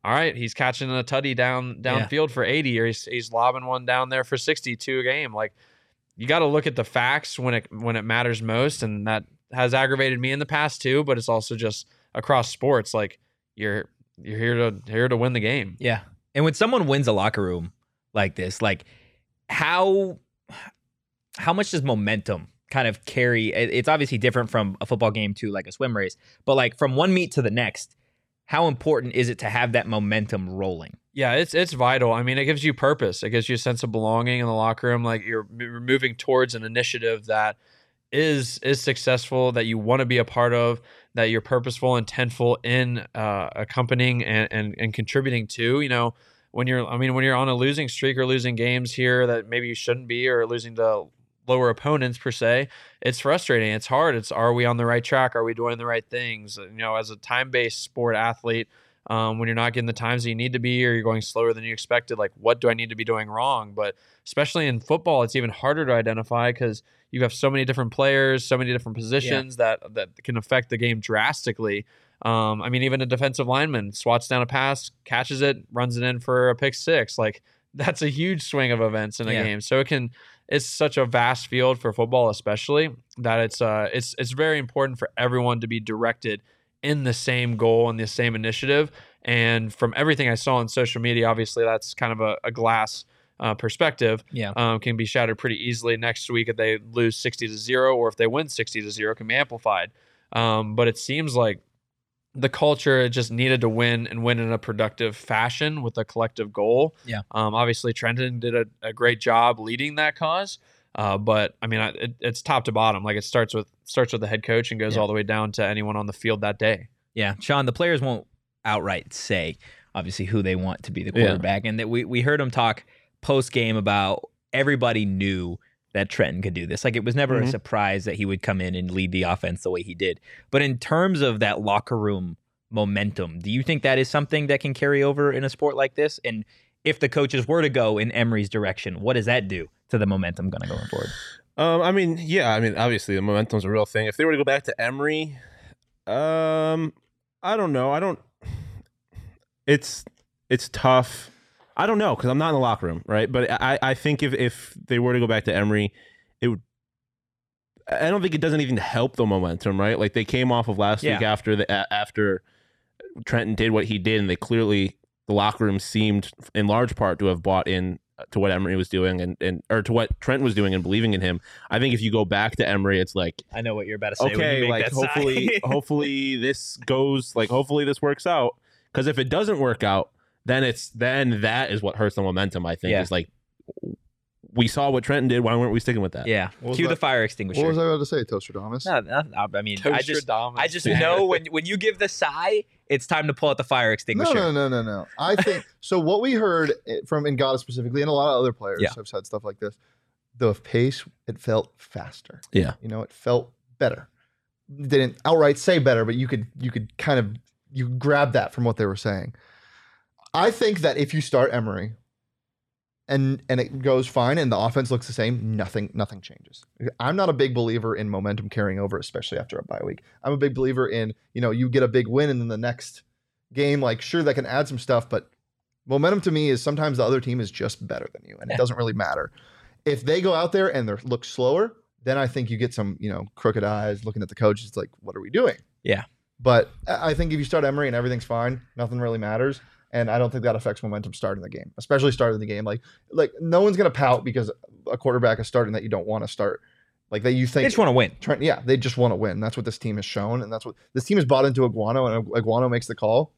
Speaker 3: all right, he's catching a tutty down
Speaker 1: Yeah.
Speaker 3: downfield for 80 or he's he's lobbing one down there for 62 a game. Like you got to look at the facts when it when it matters most and that has aggravated me in the past too, but it's also just across sports like you're you're here to here to win the game.
Speaker 1: Yeah. And when someone wins a locker room like this, like how how much does momentum kind of carry? it- It's obviously different from a football game to like a swim race, but like from one meet to the next, how important is it to have that momentum rolling?
Speaker 3: Yeah, it's it's vital. I mean, it gives you purpose. It gives you a sense of belonging in the locker room. Like you're m- you're moving towards an initiative that is is successful, that you want to be a part of, that you're purposeful, intentful in uh, accompanying and, and and contributing to. You know, when you're, I mean, when you're on a losing streak or losing games here that maybe you shouldn't be, or losing to lower opponents per se, it's frustrating. It's hard. It's are we on the right track? Are we doing the right things? You know, as a time based sport athlete um, when you're not getting the times that you need to be or you're going slower than you expected like what do i need to be doing wrong but especially in football it's even harder to identify because you have so many different players so many different positions that that can affect the game drastically um, i mean even a defensive lineman swats down a pass catches it runs it in for a pick six like that's a huge swing of events in a
Speaker 1: Yeah.
Speaker 3: game so it can it's such a vast field for football especially that it's uh it's it's very important for everyone to be directed in the same goal and the same initiative. And from everything I saw on social media, obviously that's kind of a, a glass uh, perspective.
Speaker 1: Yeah.
Speaker 3: Um, can be shattered pretty easily next week if they lose 60 to zero, or if they win 60 to zero, can be amplified. Um, but it seems like the culture just needed to win and win in a productive fashion with a collective goal.
Speaker 1: Yeah.
Speaker 3: Um, obviously, Trenton did a, a great job leading that cause. Uh, but I mean, I, it, it's top to bottom. Like it starts with starts with the head coach and goes
Speaker 1: Yeah.
Speaker 3: all the way down to anyone on the field that day.
Speaker 1: Yeah, Sean, the players won't outright say obviously who they want to be the
Speaker 4: Yeah.
Speaker 1: quarterback, and that we we heard him talk post game about everybody knew that Trenton could do this. Like it was never a
Speaker 2: Mm-hmm.
Speaker 4: Mhm.
Speaker 1: surprise that he would come in and lead the offense the way he did. But in terms of that locker room momentum, do you think that is something that can carry over in a sport like this? And if the coaches were to go in Emery's direction, what does that do to the momentum going going forward?
Speaker 4: Um, I mean, yeah, I mean, obviously the momentum's a real thing. If they were to go back to Emery, um, I don't know. I don't. It's it's tough. I don't know because I'm not in the locker room, right? But I I think if if they were to go back to Emery, it would. I don't think it does anything to help the momentum, right? Like they came off of last week
Speaker 1: Yeah.
Speaker 4: after the a- after Trenton did what he did, and they clearly the locker room seemed in large part to have bought in to what Emery was doing and, and or to what Trent was doing and believing in him. I think if you go back to Emery, it's like
Speaker 1: I know what you're about to say. when you
Speaker 4: okay,
Speaker 1: make
Speaker 4: like
Speaker 1: that sigh.
Speaker 4: hopefully hopefully this goes like hopefully this works out. Because if it doesn't work out, then it's then that is what hurts the momentum. I think
Speaker 1: Yeah.
Speaker 4: is like we saw what Trenton did. Why weren't we sticking with that?
Speaker 1: yeah.
Speaker 2: What was
Speaker 1: Cue the
Speaker 2: that-
Speaker 1: fire
Speaker 2: What
Speaker 1: extinguisher.
Speaker 2: was I about to say, Tostradamus?
Speaker 1: No, no, I mean, I just I just
Speaker 3: Yeah.
Speaker 1: know when when you give the sigh, it's time to pull out the fire
Speaker 2: No,
Speaker 1: extinguisher.
Speaker 2: no, no, no, no. I think so. What we heard it- from Ngata specifically, and a lot of other players
Speaker 1: Yeah.
Speaker 2: have said stuff like this: the pace it felt faster.
Speaker 4: Yeah.
Speaker 2: you know, it felt better. They didn't outright say better, but you could you could kind of you grab that from what they were saying. I think that if you start Emery, and and it goes fine, and the offense looks the same, nothing nothing changes. I'm not a big believer in momentum carrying over, especially after a bye week. I'm a big believer in you know you get a big win, and then the next game, like sure that can add some stuff, but Momentum to me is sometimes the other team is just better than you, and it doesn't really matter. If they go out there and they look slower, then I think you get some, you know, crooked eyes looking at the coach. It's like, what are we doing?
Speaker 1: Yeah.
Speaker 2: But I I think if you start Emery and everything's fine, nothing really matters. And I don't think that affects momentum starting the game, especially starting the game. Like, like no one's gonna pout because a quarterback is starting that you don't want to start. Like that you think
Speaker 1: They just want to win.
Speaker 2: Trent, yeah, they just want to win. That's what this team has shown, and that's what this team has bought into. Iguano, and Iguano makes the call.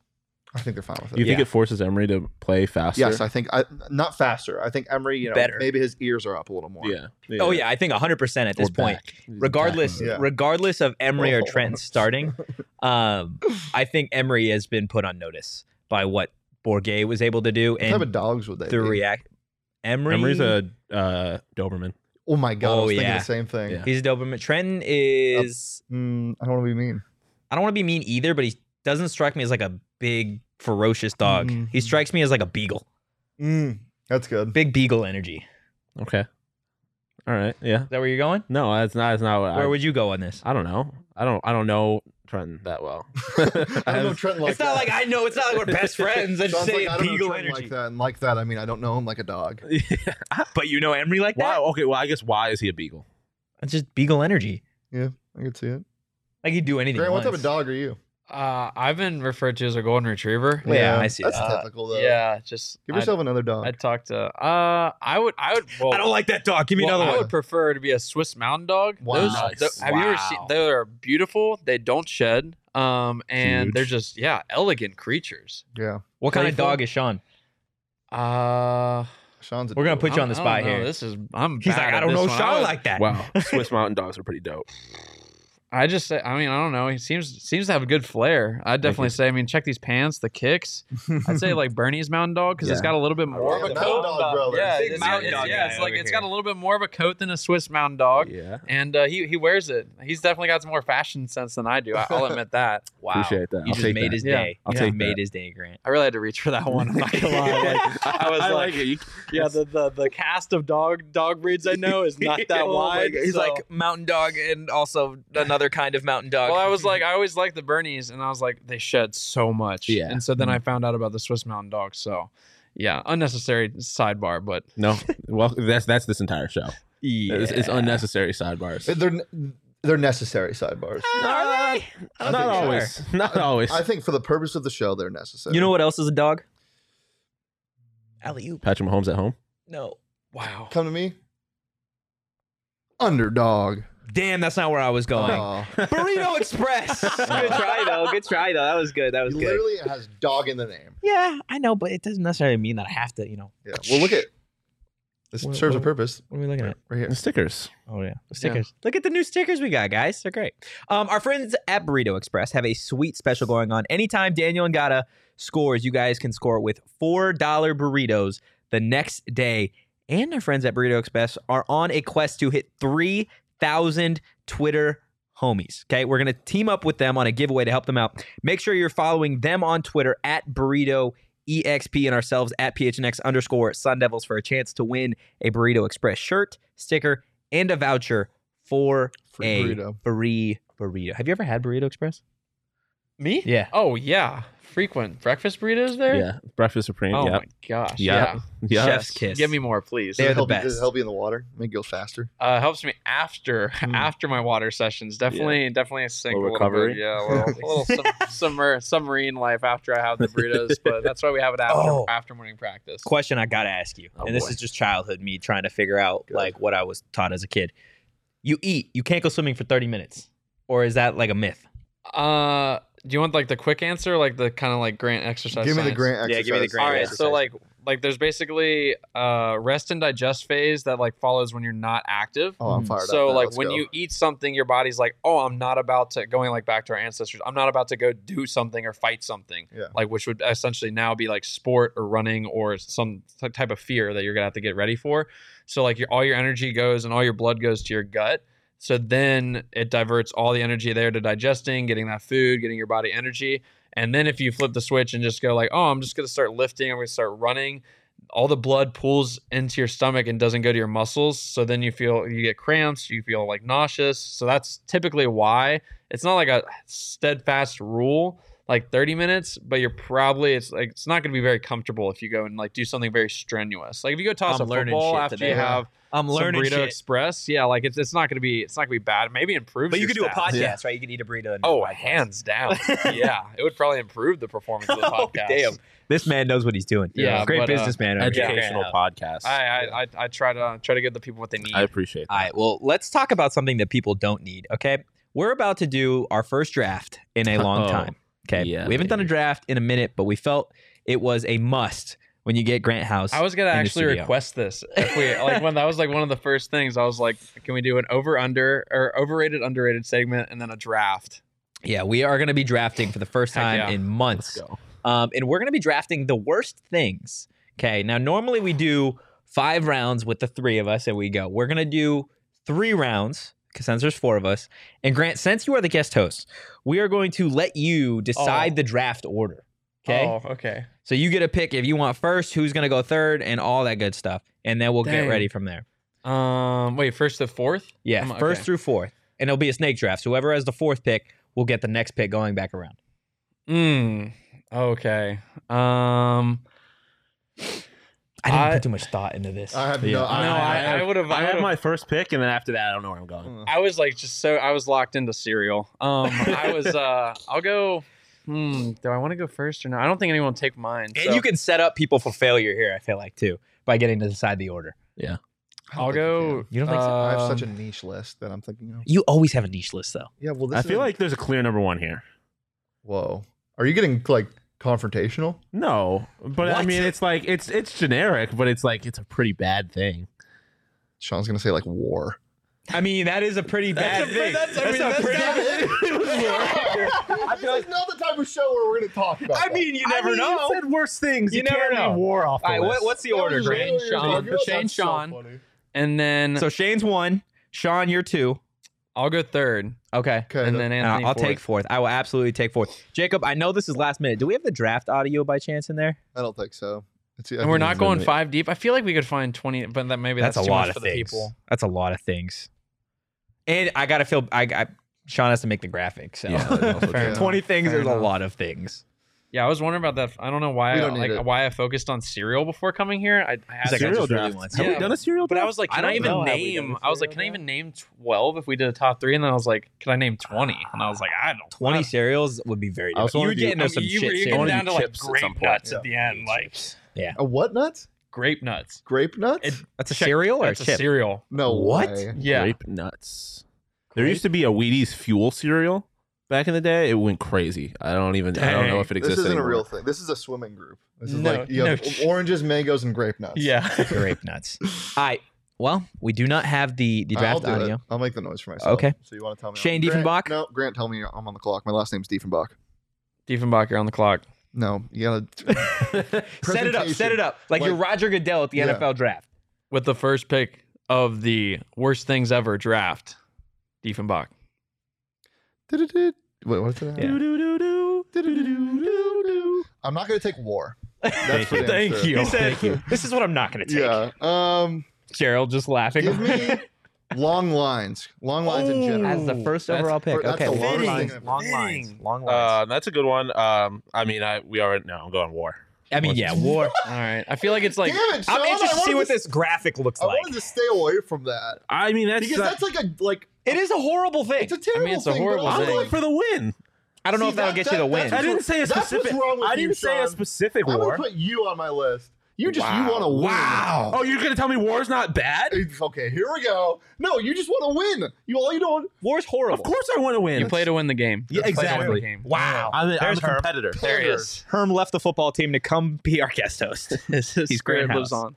Speaker 2: I think they're fine with it.
Speaker 4: Do you think it forces Emery to play faster?
Speaker 2: Yes, I think I, not faster. I think Emery, you know,
Speaker 1: Better.
Speaker 2: maybe his ears are up a little more.
Speaker 4: yeah.
Speaker 1: Oh yeah, I think 100% at this
Speaker 4: Or
Speaker 1: point.
Speaker 4: back.
Speaker 1: Regardless
Speaker 2: Yeah.
Speaker 1: regardless of Emery or Trent starting, um, I think Emery has been put on notice by what Borgay was able to do
Speaker 2: What type of
Speaker 1: and
Speaker 2: dogs would they
Speaker 1: the
Speaker 2: be?
Speaker 1: react Emery
Speaker 4: Emery's a uh, Doberman.
Speaker 2: oh my god, I
Speaker 1: Oh,
Speaker 2: was thinking
Speaker 1: yeah.
Speaker 2: the same thing.
Speaker 4: Yeah.
Speaker 1: He's a Doberman. Trenton is
Speaker 2: Mm, I don't want to be mean.
Speaker 1: I don't want to be mean either, but he doesn't strike me as like a big ferocious dog. He
Speaker 2: Mhm.
Speaker 1: strikes me as like a beagle.
Speaker 2: Mm, that's good.
Speaker 1: Big beagle energy.
Speaker 4: Okay. All right. Yeah.
Speaker 1: Is that where you're going?
Speaker 4: No, that's not. That's not what. I,
Speaker 1: Where would you go on this?
Speaker 4: I don't know. I don't. I don't know Trenton that well.
Speaker 2: I don't know Trent like
Speaker 1: it's not
Speaker 2: that.
Speaker 1: like I know. It's not like we're best friends. I just
Speaker 2: Sounds
Speaker 1: say
Speaker 2: like I don't know
Speaker 1: beagle
Speaker 2: Trent
Speaker 1: energy.
Speaker 2: like that, and like that, I mean, I don't know him like a dog.
Speaker 1: but you know Emery like
Speaker 4: Why?
Speaker 1: that?
Speaker 4: Okay. Well, I guess why is he a beagle?
Speaker 1: It's just beagle energy.
Speaker 2: I can see it.
Speaker 1: Like he'd do anything.
Speaker 2: Grant, what
Speaker 1: once.
Speaker 2: type of dog are you?
Speaker 3: Uh, I've been referred to as a golden retriever.
Speaker 1: Yeah, I see
Speaker 2: That's
Speaker 3: that. Uh,
Speaker 2: typical though.
Speaker 3: Yeah, just
Speaker 2: Give
Speaker 3: I-
Speaker 2: yourself another dog.
Speaker 3: I talked to. Uh, I would. I would. Well,
Speaker 1: I don't like that dog. Give me
Speaker 3: well,
Speaker 1: another
Speaker 3: I
Speaker 1: one.
Speaker 3: would prefer to be a Swiss Mountain Dog.
Speaker 2: Wow.
Speaker 3: Those,
Speaker 4: Nice.
Speaker 3: tho- have you ever seen?
Speaker 4: Wow.
Speaker 3: They're beautiful. They don't shed. Um, and
Speaker 4: Huge.
Speaker 3: they're just yeah, elegant creatures.
Speaker 2: yeah.
Speaker 1: What kind of
Speaker 3: Playful?
Speaker 1: dog is Sean?
Speaker 3: Uh,
Speaker 2: Sean's. A
Speaker 1: We're gonna
Speaker 2: dope.
Speaker 1: put you on the
Speaker 3: I don't
Speaker 1: spot
Speaker 3: know.
Speaker 1: here.
Speaker 3: This is I'm.
Speaker 1: He's
Speaker 3: bad
Speaker 1: like,
Speaker 3: at
Speaker 1: I don't
Speaker 3: this
Speaker 1: know
Speaker 3: one. I
Speaker 1: Sean
Speaker 3: would-
Speaker 1: like that.
Speaker 4: Wow. Swiss mountain dogs are pretty dope.
Speaker 3: I just say. I mean, I don't know. He seems seems to have a good flair. I'd definitely
Speaker 4: you.
Speaker 3: say. I mean, check these pants, the kicks. I'd say like Bernie's Mountain Dog because it's
Speaker 4: Yeah.
Speaker 3: got a little bit more of
Speaker 2: yeah,
Speaker 3: a
Speaker 2: Mountain
Speaker 3: coat.
Speaker 2: Dog brothers.
Speaker 3: Yeah,
Speaker 1: Big
Speaker 3: it's,
Speaker 1: Mountain
Speaker 3: it's-
Speaker 1: Dog
Speaker 3: yeah,
Speaker 1: guy
Speaker 3: it's like
Speaker 1: over
Speaker 3: it's
Speaker 1: here.
Speaker 3: got a little bit more of a coat than a Swiss Mountain Dog.
Speaker 4: Yeah.
Speaker 3: and uh, he he wears it. He's definitely got some more fashion sense than I do. I, I'll admit that.
Speaker 1: Wow.
Speaker 4: Appreciate that.
Speaker 1: You
Speaker 4: I'll
Speaker 1: just
Speaker 4: take
Speaker 1: made
Speaker 4: that.
Speaker 1: his
Speaker 3: Yeah.
Speaker 1: day.
Speaker 4: I'll
Speaker 1: You
Speaker 4: take
Speaker 1: made
Speaker 4: that.
Speaker 1: his day, Grant.
Speaker 3: I really had to reach for that one. I'm not gonna lie. Like, I was like,
Speaker 4: it. You-
Speaker 3: yeah, the, the the cast of dog dog breeds I know is not that
Speaker 1: Oh my
Speaker 3: wide.
Speaker 1: God. He's
Speaker 3: so-
Speaker 1: like mountain dog and also another kind of mountain dog.
Speaker 3: Well, I was like, I always liked the Bernies, and I was like, they shed so much.
Speaker 4: Yeah. Mm-hmm.
Speaker 3: And so then I found out about the Swiss Mountain Dog. So, yeah, unnecessary sidebar, but
Speaker 4: no. Well, that's that's this entire show.
Speaker 1: yeah.
Speaker 4: It's, it's unnecessary sidebars.
Speaker 2: They're they're necessary sidebars.
Speaker 1: Are they? I don't
Speaker 4: not
Speaker 1: think so.
Speaker 4: always. Not always.
Speaker 2: I think for the purpose of the show, they're necessary.
Speaker 1: You know what else is a dog? Alley oop.
Speaker 4: Patrick Mahomes at home.
Speaker 1: No. Wow.
Speaker 2: Come to me. Underdog.
Speaker 1: Damn, that's not where I was going.
Speaker 2: Aw.
Speaker 1: Burrito Express. good try though. Good try though. That was good. That was
Speaker 2: He
Speaker 1: good.
Speaker 2: literally has dog in the name.
Speaker 1: Yeah, I know, but it doesn't necessarily mean that I have to. You know,
Speaker 2: Yeah. Well, look at this
Speaker 1: What-
Speaker 2: serves a
Speaker 1: what-
Speaker 2: purpose
Speaker 1: what are we looking at?
Speaker 2: right here.
Speaker 4: And stickers.
Speaker 1: Oh yeah, stickers. Look at the new stickers we got, guys. They're great. Um, our friends at Burrito Express have a sweet special going on. Anytime Daniel and Gata scores, you guys can score with four dollar burritos the next day. And our friends at Burrito Express are on a quest to hit three thousand Twitter homies. Okay, we're gonna team up with them on a giveaway to help them out. Make sure you're following them on Twitter at Burrito EXP and ourselves at PHNX underscore Sun Devils for a chance to win a Burrito Express shirt, sticker, and a voucher for
Speaker 2: Free
Speaker 1: a
Speaker 2: burrito.
Speaker 1: free burrito. Have you ever had Burrito Express?
Speaker 3: me?
Speaker 1: Yeah.
Speaker 3: Oh yeah, frequent breakfast burritos there.
Speaker 4: Yeah. Breakfast Supreme.
Speaker 3: Oh
Speaker 4: Yeah.
Speaker 3: my gosh.
Speaker 4: Yeah. Yeah.
Speaker 1: Chef's kiss.
Speaker 3: Give me more, please.
Speaker 1: They're the
Speaker 2: Does it help you- does
Speaker 1: best.
Speaker 2: it help you in the water? Make you go faster.
Speaker 3: uh, helps me after
Speaker 2: Hmm.
Speaker 3: after my water sessions. Definitely, definitely a sink.
Speaker 4: Little
Speaker 3: a little bit.
Speaker 4: recovery.
Speaker 3: yeah, a little, a little sum, summer submarine life after I have the burritos. But that's why we have it after
Speaker 1: Oh.
Speaker 3: after morning practice.
Speaker 1: Question I gotta ask you,
Speaker 4: Oh,
Speaker 1: and this
Speaker 4: boy.
Speaker 1: is just childhood me trying to figure out
Speaker 2: Good.
Speaker 1: like what I was taught as a kid. You eat, you can't go swimming for thirty minutes, or is that like a myth?
Speaker 3: Uh, do you want like the quick answer, like the kind of like grant exercise?
Speaker 2: give me the
Speaker 3: science?
Speaker 2: grant
Speaker 1: Yeah,
Speaker 2: exercise.
Speaker 1: give me the grant
Speaker 3: All right,
Speaker 1: exercise.
Speaker 3: so like like there's basically uh rest and digest phase that like follows when you're not active.
Speaker 2: Oh, I'm fired
Speaker 3: so
Speaker 2: up. now.
Speaker 3: like
Speaker 2: Let's
Speaker 3: when
Speaker 2: go.
Speaker 3: you eat something, your body's like, oh, I'm not about to going like back to our ancestors. I'm not about to go do something or fight something.
Speaker 2: Yeah.
Speaker 3: Like which would essentially now be like sport or running or some t- type of fear that you're gonna have to get ready for. So like your all your energy goes and all your blood goes to your gut. So then it diverts all the energy there to digesting, getting that food, getting your body energy. And then if you flip the switch and just go like, oh, I'm just gonna start lifting, I'm gonna start running, all the blood pools into your stomach and doesn't go to your muscles. So then you feel you get cramps, you feel like nauseous. So that's typically why it's not like a steadfast rule, like 30 minutes, but you're probably it's like it's not going to be very comfortable if you go and like do something very strenuous. Like if you go toss
Speaker 1: I'm
Speaker 3: a
Speaker 1: learning
Speaker 3: football
Speaker 1: shit
Speaker 3: after
Speaker 1: today.
Speaker 3: you have
Speaker 1: I'm
Speaker 3: some
Speaker 1: learning
Speaker 3: burrito
Speaker 1: shit.
Speaker 3: express, yeah, like it's, it's not going to be it's not going to be bad. Maybe improve.
Speaker 1: But you could do a podcast,
Speaker 2: Yeah.
Speaker 1: right? You could eat a burrito. And
Speaker 3: Oh, hands down. yeah, it would probably improve the performance of the
Speaker 1: Oh,
Speaker 3: podcast.
Speaker 1: damn. this man knows what he's doing.
Speaker 3: Yeah,
Speaker 1: great
Speaker 3: but, uh,
Speaker 1: businessman. over here.
Speaker 4: Educational
Speaker 1: Yeah.
Speaker 4: podcast.
Speaker 3: I, I, I I try to try to give the people what they need.
Speaker 4: I appreciate
Speaker 1: All
Speaker 4: that.
Speaker 1: right. Well, let's talk about something that people don't need. Okay. We're about to do our first draft in a long
Speaker 4: Oh,
Speaker 1: time. Okay.
Speaker 4: yeah,
Speaker 1: we haven't done a
Speaker 4: baby.
Speaker 1: draft in a minute, but we felt it was a must when you get Grant House.
Speaker 3: I was gonna
Speaker 1: in the
Speaker 3: actually
Speaker 1: studio.
Speaker 3: request this. If we like when that was like one of the first things I was like, can we do an over under or overrated underrated segment and then a draft?
Speaker 1: Yeah. We are going to be drafting for the first
Speaker 3: Heck
Speaker 1: time
Speaker 3: yeah.
Speaker 1: in months.
Speaker 4: go.
Speaker 1: Um, and we're going to be drafting the worst things. Okay. Now, normally we do five rounds with the three of us and we go. We're going to do three rounds because since there's four of us. And Grant, since you are the guest host, we are going to let you decide
Speaker 3: Oh.
Speaker 1: the draft order. Okay.
Speaker 3: Oh, okay.
Speaker 1: So you get a pick if you want first, who's going to go third, and all that good stuff. And then we'll
Speaker 3: Dang.
Speaker 1: get ready from there.
Speaker 3: Um, wait, first to fourth.
Speaker 1: Yeah,
Speaker 3: I'm-
Speaker 1: first
Speaker 3: okay.
Speaker 1: through fourth. And it'll be a snake draft. So whoever has the fourth pick will get the next pick going back around.
Speaker 3: Mm, okay. Um,
Speaker 1: I didn't
Speaker 3: I-
Speaker 1: put too much thought into this.
Speaker 2: I have no.
Speaker 3: no, I,
Speaker 2: I,
Speaker 3: I would have.
Speaker 4: I Hmm,
Speaker 3: I,
Speaker 4: have
Speaker 3: would've-
Speaker 4: my first pick, and then after that, I don't know where I'm
Speaker 2: Uh,
Speaker 4: going.
Speaker 3: I was like just so I was locked into cereal. Um, I was. Uh, I'll go. Hmm. Do I want to go first or not? I don't think anyone will take mine.
Speaker 1: and
Speaker 3: so
Speaker 1: you can set up people for failure here, I feel like, too, by getting to decide the order.
Speaker 2: I don't
Speaker 3: I'll
Speaker 2: think you
Speaker 3: go.
Speaker 2: can.
Speaker 1: You don't think so?
Speaker 2: I have such a
Speaker 1: uh,
Speaker 3: um,
Speaker 2: niche list that I'm thinking of.
Speaker 1: You always have a niche list, though.
Speaker 2: Yeah, well, this
Speaker 4: I
Speaker 2: is
Speaker 4: feel
Speaker 2: a-
Speaker 4: like there's a clear number one here.
Speaker 2: Whoa, are you getting like confrontational?
Speaker 4: No, but I
Speaker 1: What?
Speaker 4: mean, it's like it's it's generic, but it's like it's a pretty bad thing.
Speaker 2: Sean's gonna say like war.
Speaker 1: I mean, that is a pretty bad thing. That's, I mean, that's
Speaker 2: this is not the type of show where we're gonna talk about.
Speaker 1: I mean, you never know.
Speaker 4: You said worse things.
Speaker 1: You never
Speaker 4: can't
Speaker 1: know.
Speaker 4: leave War off. The
Speaker 1: All right, what,
Speaker 4: list.
Speaker 1: what's the order, Grant?
Speaker 3: Sean. Shane Sean. And then
Speaker 1: So Shane's one. Sean, you're two.
Speaker 3: I'll go third.
Speaker 1: Okay.
Speaker 2: Okay,
Speaker 3: and then
Speaker 1: And
Speaker 3: Anthony
Speaker 1: I'll
Speaker 3: fourth.
Speaker 1: take fourth. I will absolutely take fourth. Jacob, I know this is last minute. Do we have the draft audio by chance in there?
Speaker 2: I don't think so. It's, I
Speaker 3: and we're
Speaker 2: think
Speaker 3: not
Speaker 2: it's
Speaker 3: going
Speaker 2: limited.
Speaker 3: five deep. I feel like we could find twenty, but that maybe that's, too much for the people.
Speaker 1: That's a lot of things. And I gotta feel I, I Sean has to make the graphic. So
Speaker 4: Yeah, that's also
Speaker 3: Fair
Speaker 4: true.
Speaker 3: enough.
Speaker 1: twenty things
Speaker 3: Fair
Speaker 1: is a
Speaker 3: enough.
Speaker 1: lot of things.
Speaker 3: Yeah, I was wondering about that. I don't know why
Speaker 2: We
Speaker 3: I,
Speaker 2: don't need
Speaker 3: like
Speaker 2: it.
Speaker 3: why I focused on cereal before coming here. I, I had
Speaker 1: It's like, I
Speaker 4: Cereal
Speaker 1: just really
Speaker 4: draft.
Speaker 1: want
Speaker 4: Have
Speaker 3: to-
Speaker 4: we done a cereal?
Speaker 3: but I
Speaker 4: draft?
Speaker 3: was like,
Speaker 1: I
Speaker 3: can I,
Speaker 1: don't know
Speaker 3: even
Speaker 1: how we did
Speaker 3: name?
Speaker 1: this
Speaker 3: I was like, can I even name twelve if we did a top three? And then I was like, can I name twenty? And I was like, I don't.
Speaker 1: Twenty
Speaker 3: I-
Speaker 1: cereals would be very difficult.
Speaker 4: I also
Speaker 1: You
Speaker 4: wanna
Speaker 1: would
Speaker 4: do-
Speaker 1: get into
Speaker 3: I mean,
Speaker 1: some
Speaker 3: you,
Speaker 1: shit
Speaker 3: were you
Speaker 4: cereal.
Speaker 3: getting down to like
Speaker 4: Wanna do chips at some
Speaker 3: grape
Speaker 4: point.
Speaker 3: nuts at the end, like
Speaker 2: A what nut?
Speaker 3: grape nuts.
Speaker 2: Grape nut?
Speaker 1: That's a cereal or a
Speaker 3: That's a
Speaker 1: chip?
Speaker 3: cereal.
Speaker 2: no
Speaker 1: What?
Speaker 2: way.
Speaker 3: Yeah,
Speaker 4: grape nuts. There used to be a Wheaties fuel cereal back in the day. It went crazy. I don't even. I don't know
Speaker 3: Dang.
Speaker 4: if it
Speaker 2: This
Speaker 4: exists
Speaker 2: isn't
Speaker 4: anymore.
Speaker 2: a real thing. This is a swimming group. This is
Speaker 3: No,
Speaker 2: like you
Speaker 3: no
Speaker 2: have
Speaker 3: ch-
Speaker 2: oranges, mangoes, and grape nuts.
Speaker 3: yeah.
Speaker 1: Grape nuts. All right. Well, we do not have the the
Speaker 2: I'll
Speaker 1: draft
Speaker 2: do it.
Speaker 1: audio.
Speaker 2: I'll make the noise for myself.
Speaker 1: Okay.
Speaker 2: So you want to tell me?
Speaker 1: Shane
Speaker 2: Grant-
Speaker 1: Diefenbach?
Speaker 2: No, Grant, tell me I'm on the clock. My last name's Diefenbach.
Speaker 3: Diefenbacher on the clock.
Speaker 2: No, you gotta.
Speaker 1: Set it up. Set it up. Like,
Speaker 2: Like-
Speaker 1: you're Roger Goodell at the
Speaker 2: Yeah.
Speaker 1: NFL draft.
Speaker 3: with the first pick of the worst things ever draft, Diefenbach.
Speaker 2: Du-du-du. Wait, what's that?
Speaker 1: Yeah.
Speaker 2: Du-du-du-du-du-du. I'm not gonna take war. That's for damn
Speaker 3: Thank
Speaker 2: sure.
Speaker 3: you.
Speaker 1: He said, "This is what I'm not going to take."
Speaker 2: Yeah. Um,
Speaker 1: Gerald just laughing.
Speaker 2: give me long lines. Long lines in general.
Speaker 1: As the first
Speaker 3: That's-
Speaker 1: overall pick.
Speaker 2: that's
Speaker 1: Okay,
Speaker 2: the
Speaker 1: long
Speaker 2: longest
Speaker 1: lines,
Speaker 2: thing I've
Speaker 1: long
Speaker 2: ever
Speaker 1: lines, long lines.
Speaker 4: Uh, that's a good one. Um, I mean, I we are no. I'm going war.
Speaker 1: I mean, yeah, war.
Speaker 3: All right. I feel like it's like
Speaker 2: Damn it, Sean,
Speaker 1: I'm interested
Speaker 2: I
Speaker 1: to see
Speaker 2: wanted
Speaker 1: what this graphic looks
Speaker 2: I
Speaker 1: like.
Speaker 2: wanted to stay away from that
Speaker 4: I mean, that's
Speaker 2: because that's like a like.
Speaker 1: It is a horrible thing.
Speaker 2: It's a terrible
Speaker 3: it's a
Speaker 2: thing, but
Speaker 3: horrible
Speaker 2: also,
Speaker 4: I'm
Speaker 3: thing.
Speaker 4: going
Speaker 2: like,
Speaker 4: for the win.
Speaker 1: I don't know
Speaker 2: see,
Speaker 1: if that'll
Speaker 2: that-
Speaker 1: get you
Speaker 2: that-
Speaker 1: the
Speaker 2: that's
Speaker 1: win.
Speaker 4: I didn't say a
Speaker 2: That's what's
Speaker 4: specific.
Speaker 2: wrong with
Speaker 4: I didn't
Speaker 2: you,
Speaker 4: say a
Speaker 2: Sean.
Speaker 4: specific
Speaker 2: I'm
Speaker 4: war.
Speaker 2: gonna put you on my list. You just you want to win.
Speaker 4: Oh, you're gonna tell me war's not bad?
Speaker 2: It's- Okay, here we go. No, you just want to win. You all you don't.
Speaker 1: War's
Speaker 4: Of
Speaker 1: horrible.
Speaker 4: course, I want to win.
Speaker 3: you play to win the game.
Speaker 4: Yeah,
Speaker 3: You play to win
Speaker 4: exactly.
Speaker 3: the game.
Speaker 1: Wow.
Speaker 4: I'm a, I'm
Speaker 1: There's
Speaker 4: a
Speaker 1: Herm.
Speaker 4: competitor.
Speaker 3: There he is.
Speaker 1: Herm left the football team to come be our guest host.
Speaker 3: He's
Speaker 1: Grant
Speaker 3: lives
Speaker 1: House.
Speaker 3: on.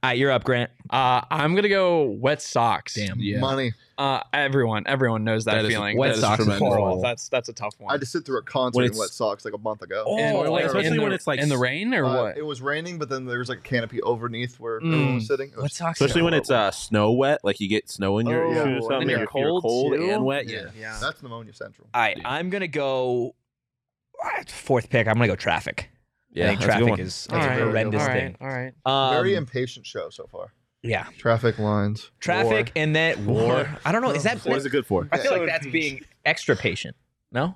Speaker 1: All right, you're up, Grant.
Speaker 3: Uh, I'm gonna go wet socks.
Speaker 1: Damn.
Speaker 2: Money.
Speaker 3: Uh, everyone, everyone knows that,
Speaker 4: That is-
Speaker 3: feeling.
Speaker 1: wet
Speaker 3: That is
Speaker 1: socks is
Speaker 3: tremendous.
Speaker 4: horrible.
Speaker 3: That's that's a tough
Speaker 2: I
Speaker 3: one.
Speaker 2: had to sit through a concert
Speaker 4: When
Speaker 2: in
Speaker 4: it's-
Speaker 2: wet socks like a month ago.
Speaker 4: Oh,
Speaker 3: In-
Speaker 4: like,
Speaker 3: in
Speaker 4: especially
Speaker 3: the-
Speaker 4: when it's like
Speaker 3: in the rain or
Speaker 2: Uh,
Speaker 3: what?
Speaker 2: It was raining, but then there was like a canopy overneath where
Speaker 3: Mm.
Speaker 2: everyone was sitting. It was-
Speaker 1: socks?
Speaker 4: Especially when it's uh, snow wet, like you get snow in your
Speaker 2: Oh,
Speaker 4: shoes.
Speaker 2: yeah.
Speaker 4: or something,
Speaker 2: And
Speaker 4: if
Speaker 2: you're
Speaker 4: you're
Speaker 3: cold,
Speaker 4: cold
Speaker 3: too?
Speaker 4: and wet.
Speaker 2: Yeah.
Speaker 4: Yeah.
Speaker 3: yeah.
Speaker 2: That's pneumonia central.
Speaker 1: All right, I'm gonna go. uh, Fourth pick. I'm gonna go traffic.
Speaker 4: Yeah,
Speaker 1: I think
Speaker 4: that's a good
Speaker 1: traffic
Speaker 4: one.
Speaker 1: is
Speaker 3: All
Speaker 1: that's
Speaker 3: right,
Speaker 1: a horrendous
Speaker 3: all right,
Speaker 1: thing.
Speaker 3: All right.
Speaker 1: Um,
Speaker 2: Very impatient show so far.
Speaker 1: yeah,
Speaker 2: Traffic lines.
Speaker 1: traffic and that war. I don't know. Is that
Speaker 4: What is it good for?
Speaker 1: I feel like that's being extra patient. No,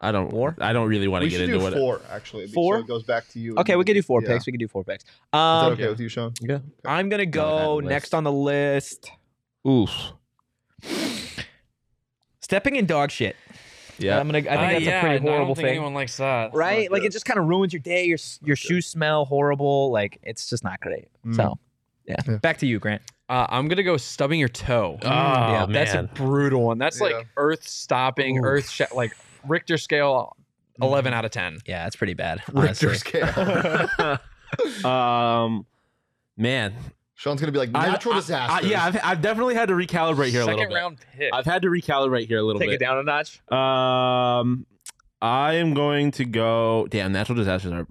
Speaker 4: I don't. I don't really want to
Speaker 2: we
Speaker 4: get
Speaker 2: should
Speaker 4: into
Speaker 2: do
Speaker 4: what.
Speaker 2: four actually.
Speaker 1: Four?
Speaker 2: So it goes back to you. and
Speaker 1: Okay,
Speaker 2: you
Speaker 1: we can do four
Speaker 2: yeah.
Speaker 1: picks. We can do four picks.
Speaker 2: Is that
Speaker 1: Um,
Speaker 2: okay with you, Sean?
Speaker 4: Yeah.
Speaker 1: I'm gonna go
Speaker 4: list.
Speaker 1: next on the list.
Speaker 4: Oof.
Speaker 1: Stepping in dog shit.
Speaker 4: Yeah.
Speaker 1: I'm gonna. I think
Speaker 3: Uh,
Speaker 1: that's
Speaker 3: yeah,
Speaker 1: a pretty
Speaker 3: and I
Speaker 1: horrible
Speaker 3: don't think
Speaker 1: thing.
Speaker 3: Anyone likes that.
Speaker 1: right? Like it just kind of ruins your day. Your your shoes smell horrible. Like it's just not great. So, yeah.
Speaker 2: Yeah.
Speaker 1: Mm. Back to you, Grant.
Speaker 3: Uh, I'm gonna go stubbing your toe.
Speaker 4: Oh,
Speaker 3: yeah, that's a
Speaker 4: man.
Speaker 3: brutal one. That's
Speaker 2: Yeah.
Speaker 3: like earth stopping, earth sh- like Richter scale, eleven out of ten.
Speaker 1: Yeah, that's pretty bad.
Speaker 2: Richter
Speaker 1: honestly.
Speaker 2: scale.
Speaker 4: um, man,
Speaker 2: Sean's gonna be like
Speaker 4: I-
Speaker 2: natural
Speaker 4: I- I-
Speaker 2: disaster.
Speaker 4: yeah, I've, I've definitely had to recalibrate here a little
Speaker 3: Second
Speaker 4: bit.
Speaker 3: round pick.
Speaker 4: I've had to recalibrate here a little
Speaker 1: Take it
Speaker 4: bit.
Speaker 1: down a notch.
Speaker 4: Um, I am going to go. Damn, natural disasters are